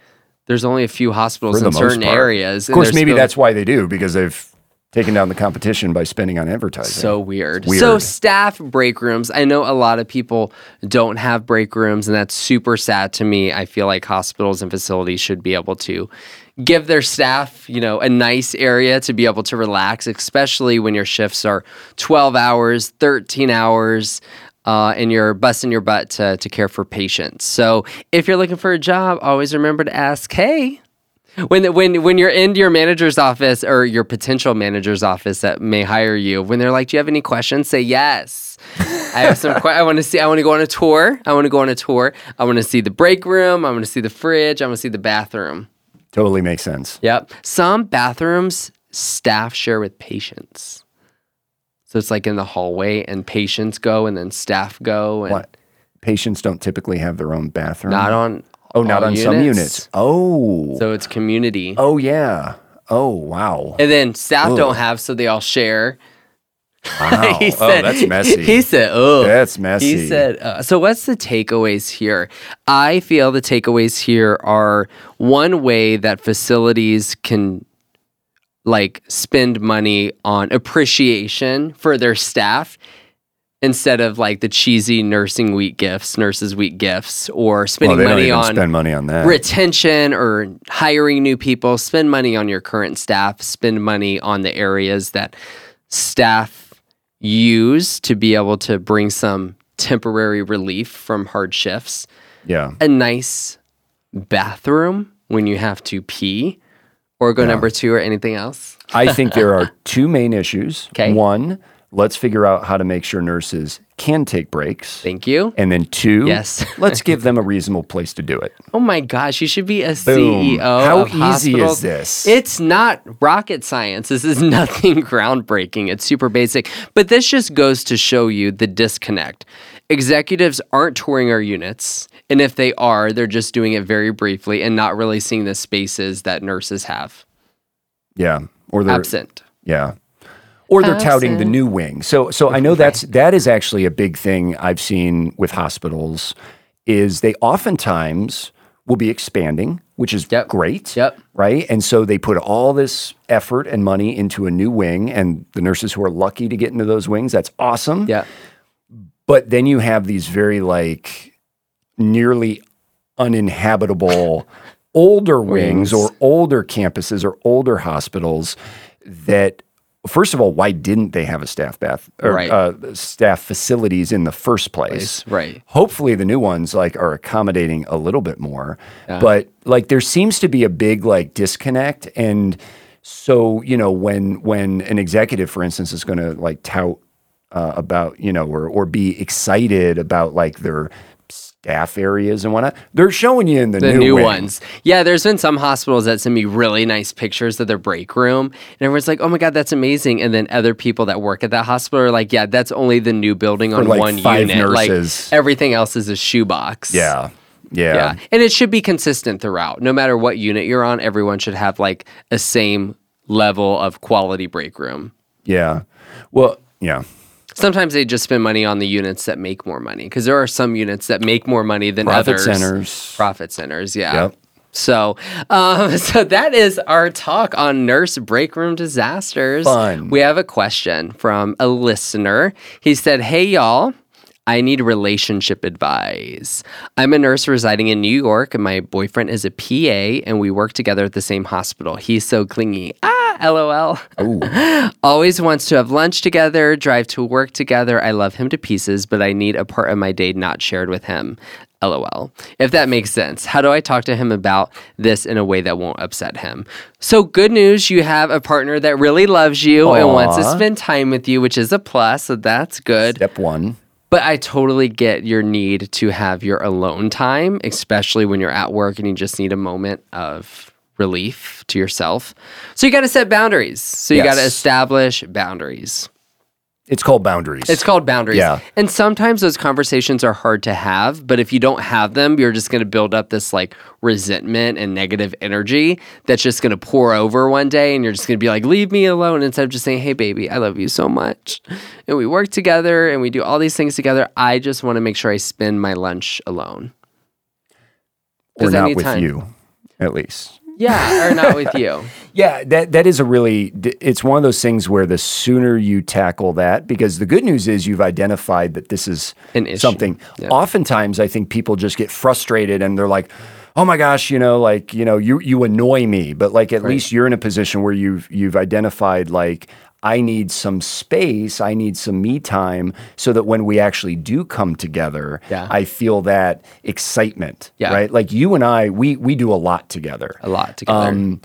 A: there's only a few hospitals
B: for
A: in
B: the most
A: certain
B: part.
A: areas.
B: Of
A: and
B: course,
A: they're
B: maybe
A: still-
B: that's why they do because they've taken down the competition by spending on advertising.
A: so weird.
B: Weird.
A: So staff break rooms. I know a lot of people don't have break rooms, and that's super sad to me. I feel like hospitals and facilities should be able to give their staff, you know, a nice area to be able to relax, especially when your shifts are 12 hours, 13 hours. Uh, and you're busting your butt to, to care for patients. So, if you're looking for a job, always remember to ask, hey, when when when you're in your manager's office or your potential manager's office that may hire you, when they're like, "Do you have any questions?" Say yes. I have some. Que- I want to see. I want to go on a tour. I want to go on a tour. I want to see the break room. I want to see the fridge. I want to see the bathroom.
B: Totally makes sense.
A: Yep. Some bathrooms staff share with patients, so it's like in the hallway, and patients go, and then staff go, and
B: What? Patients don't typically have their own bathroom.
A: not on.
B: oh, not
A: all
B: on some units. Oh.
A: So it's community.
B: oh yeah. Oh wow.
A: And then staff don't have, so they all share.
B: Wow.
A: He
B: oh,
A: said-
B: that's messy.
A: He said, "Oh,
B: that's messy.
A: He said, uh, "So what's the takeaways here?" I feel the takeaways here are one way that facilities can like spend money on appreciation for their staff instead of like the cheesy nursing week gifts, nurses week gifts, or
B: well,
A: spending
B: they don't
A: money
B: even
A: on
B: spend money on that.
A: retention or hiring new people, spend money on your current staff, spend money on the areas that staff use to be able to bring some temporary relief from hard shifts.
B: Yeah.
A: A nice bathroom when you have to pee or go number two or anything else.
B: I think there are two main issues.
A: 'Kay.
B: One, let's figure out how to make sure nurses can take breaks.
A: Thank you.
B: And then two,
A: Yes.
B: let's give them a reasonable place to do it.
A: Oh my gosh, you should be a
B: Boom.
A: CEO.
B: How
A: E of
B: easy is
A: hospitals.
B: this?
A: It's not rocket science. This is nothing groundbreaking. It's super basic. But this just goes to show you the disconnect. Executives aren't touring our units. And if they are, they're just doing it very briefly and not really seeing the spaces that nurses have
B: Yeah. Or they're
A: absent.
B: Yeah. Or they're touting the new wing. So so I know that's that is actually a big thing I've seen with hospitals is they oftentimes will be expanding, which is
A: Yep.
B: great.
A: Yep.
B: Right. And so they put all this effort and money into a new wing and the nurses who are lucky to get into those wings, that's awesome.
A: Yeah.
B: But then you have these very like nearly uninhabitable older
A: Wings.
B: wings, or older campuses or older hospitals that first of all, why didn't they have a staff bath or
A: Right.
B: uh, staff facilities in the first place?
A: It's right.
B: Hopefully the new ones like are accommodating a little bit more. But like there seems to be a big like disconnect and so, you know, when when an executive for instance is going to like tout uh, about, you know, or or be excited about like their staff areas and whatnot, they're showing you in the,
A: the new,
B: wing.
A: ones. Yeah, there's been some hospitals that send me really nice pictures of their break room, and everyone's like, "Oh my god, that's amazing!" And then other people that work at that hospital are like, "Yeah, that's only the new building on
B: like,
A: one
B: five
A: unit.
B: nurses.
A: Like everything else is a shoebox."
B: Yeah. Yeah.
A: yeah, and it should be consistent throughout. No matter what unit you're on, everyone should have like a same level of quality break room.
B: Yeah. Well, yeah.
A: Sometimes they just spend money on the units that make more money because there are some units that make more money than
B: Profit
A: others.
B: centers.
A: Profit centers, yeah.
B: Yep.
A: So, um, so that is our talk on nurse break room disasters.
B: Fun.
A: We have a question from a listener. He said, "Hey y'all, I need relationship advice. I'm a nurse residing in New York, and my boyfriend is a PA, and we work together at the same hospital. He's so clingy. Ah, lol." Always wants to have lunch together, drive to work together. I love him to pieces, but I need a part of my day not shared with him. LOL. If that makes sense. How do I talk to him about this in a way that won't upset him? So, good news, you have a partner that really loves you and wants to
B: Aw.
A: spend time with you, which is a plus. So, that's good.
B: Step one.
A: But I totally get your need to have your alone time, especially when you're at work and you just need a moment of relief to yourself. So, you got to set boundaries. So, you got to
B: Yes.
A: establish boundaries.
B: It's called boundaries.
A: It's called boundaries.
B: Yeah.
A: And sometimes those conversations are hard to have, but if you don't have them, you're just going to build up this like resentment and negative energy that's just going to pour over one day and you're just going to be like, leave me alone instead of just saying, hey, baby, I love you so much. And we work together and we do all these things together. I just want to make sure I spend my lunch alone.
B: or
A: does that
B: not
A: need
B: with
A: time?
B: you, at least.
A: Yeah. Or not with you.
B: Yeah, that that is a really d- it's one of those things where the sooner you tackle that because the good news is you've identified that this is
A: An issue.
B: something.
A: Yeah.
B: Oftentimes I think people just get frustrated and they're like, "Oh my gosh, you know, like, you know, you you annoy me." But like at least you're in a position where you've you've identified like I need some space, I need some me time so that when we actually do come together,
A: Yeah.
B: I feel that excitement,
A: Yeah.
B: right? Like you and I, we we do a lot together
A: A lot together.
B: Um,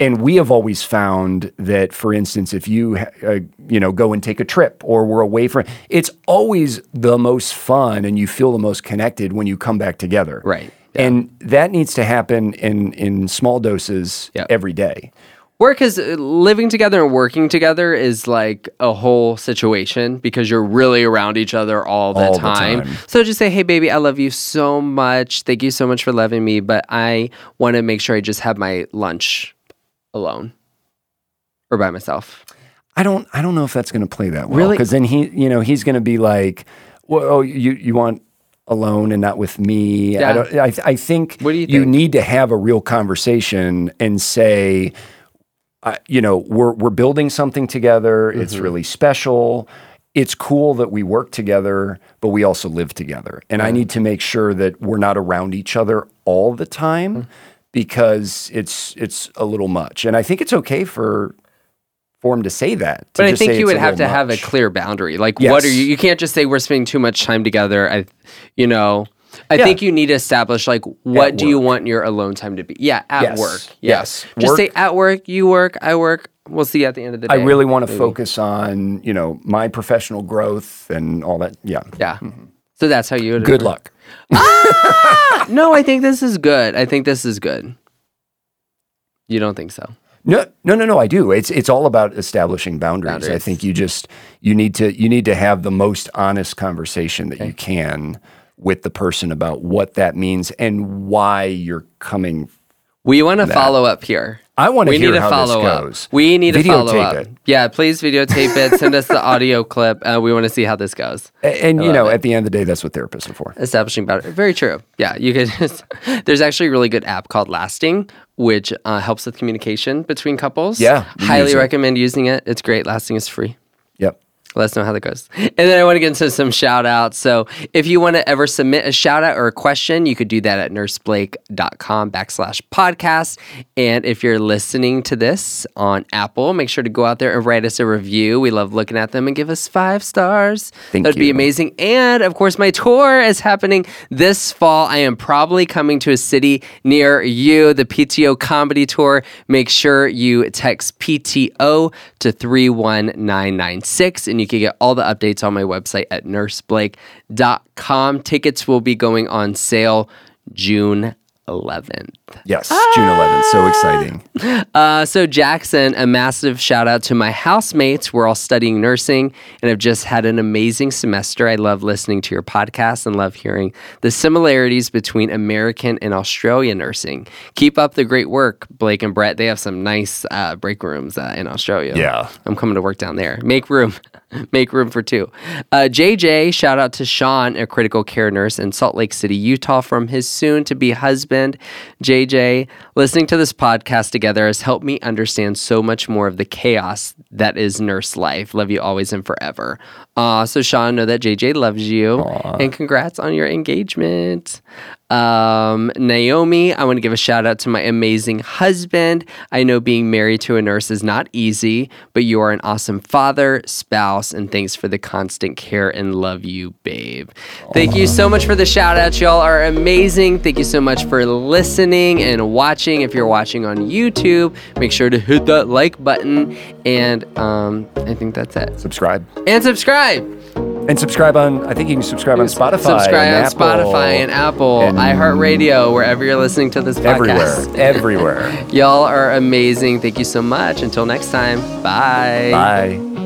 B: and we have always found that for instance if you ha- uh, you know go and take a trip or we're away from it's always the most fun and you feel the most connected when you come back together
A: Right.
B: and that needs to happen in in small doses
A: Yep.
B: every day
A: Work is uh, living together and working together is like a whole situation because you're really around each other all the,
B: All the
A: time.
B: time.
A: So just say, hey, baby, I love you so much. Thank you so much for loving me, but I want to make sure I just have my lunch alone or by myself.
B: i don't i don't know if that's going to play that well
A: Really?
B: because then he you know he's going to be like well oh, you you want alone and not with me
A: Yeah.
B: i don't i, I think
A: What do you
B: you
A: think?
B: need to have a real conversation and say I- you know, we're we're building something together. It's
A: Mm-hmm.
B: really special. It's cool that we work together, but we also live together. And I need to make sure that we're not around each other all the time
A: Mm-hmm.
B: because it's it's a little much. And I think it's okay for for him to say that.
A: But I think you would have to have a clear boundary. Like, what are
B: Yes.
A: you? You can't just say we're spending too much time together. I, you know, I
B: Yeah.
A: think you need to establish like what
B: At
A: do you want your alone time to be? Yeah, at
B: Yes.
A: work. Yeah.
B: Yes.
A: Just
B: Work-
A: say at work. You work. I work. We'll see you at the end of the day.
B: I really want to focus on you know my professional growth and all that. Yeah.
A: Yeah. So that's how you would.
B: Mm-hmm. Good luck.
A: No, I think this is good. I think this is good. You don't think so?
B: No, no, no, no. I do. It's it's all about establishing boundaries. I
A: Boundaries.
B: think you just you need to you need to have the most honest conversation that you can with the person about what that means and why you're coming.
A: We want to follow up here.
B: I wanna
A: We
B: hear
A: need a
B: how this
A: follow up.
B: goes.
A: We need a
B: Videotape
A: follow up.
B: it.
A: Yeah, please videotape it. Send us the audio clip. Uh, we want to see how this goes.
B: A- And you know, at the end of the day, that's what therapists are for.
A: establishing boundaries. Very true. Yeah, you could. there's actually a really good app called Lasting, which uh, helps with communication between couples.
B: Yeah, we
A: highly
B: use it.
A: recommend using it. It's great. Lasting is free.
B: Yep.
A: Let us know how that goes. And then I want to get into some shout outs. So if you want to ever submit a shout out or a question, you could do that at nurseblake.com backslash podcast. And if you're listening to this on Apple, make sure to go out there and write us a review. We love looking at them and give us five stars.
B: Thank
A: That'd be
B: you.
A: amazing. And of course, my tour is happening this fall. I am probably coming to a city near you, the PTO Comedy Tour. Make sure you text PTO to 31996 and you can get all the updates on my website at nurseblake.com. Tickets will be going on sale June 11th.
B: Yes.
A: Ah!
B: June 11th. So exciting.
A: Uh, so, Jackson, a massive shout out to my housemates. We're all studying nursing and have just had an amazing semester. I love listening to your podcast and love hearing the similarities between American and Australian nursing. Keep up the great work, Blake and Brett. They have some nice uh, break rooms uh, in Australia.
B: Yeah.
A: I'm coming to work down there. Make room. Make room for two. Uh, JJ, shout out to Sean, a critical care nurse in Salt Lake City, Utah, from his soon to be husband. JJ, listening to this podcast together has helped me understand so much more of the chaos that is nurse life. Love you always and forever. Aw, so Sean, know that JJ loves you. And congrats on your engagement. Um, Naomi, I want to give a shout out to my amazing husband. I know being married to a nurse is not easy, but you are an awesome father, spouse, and thanks for the constant care and love you, babe. Thank you so much for the shout out. Y'all are amazing. Thank you so much for listening and watching. If you're watching on YouTube, make sure to hit that like button. And um, I think that's it
B: Subscribe.
A: and subscribe.
B: And subscribe on, I think you can subscribe on Spotify.
A: subscribe on
B: and Apple,
A: Spotify and Apple,
B: and
A: iHeartRadio, wherever you're listening to this
B: Everywhere.
A: podcast.
B: everywhere.
A: Y'all are amazing. Thank you so much. Until next time, bye.
B: Bye.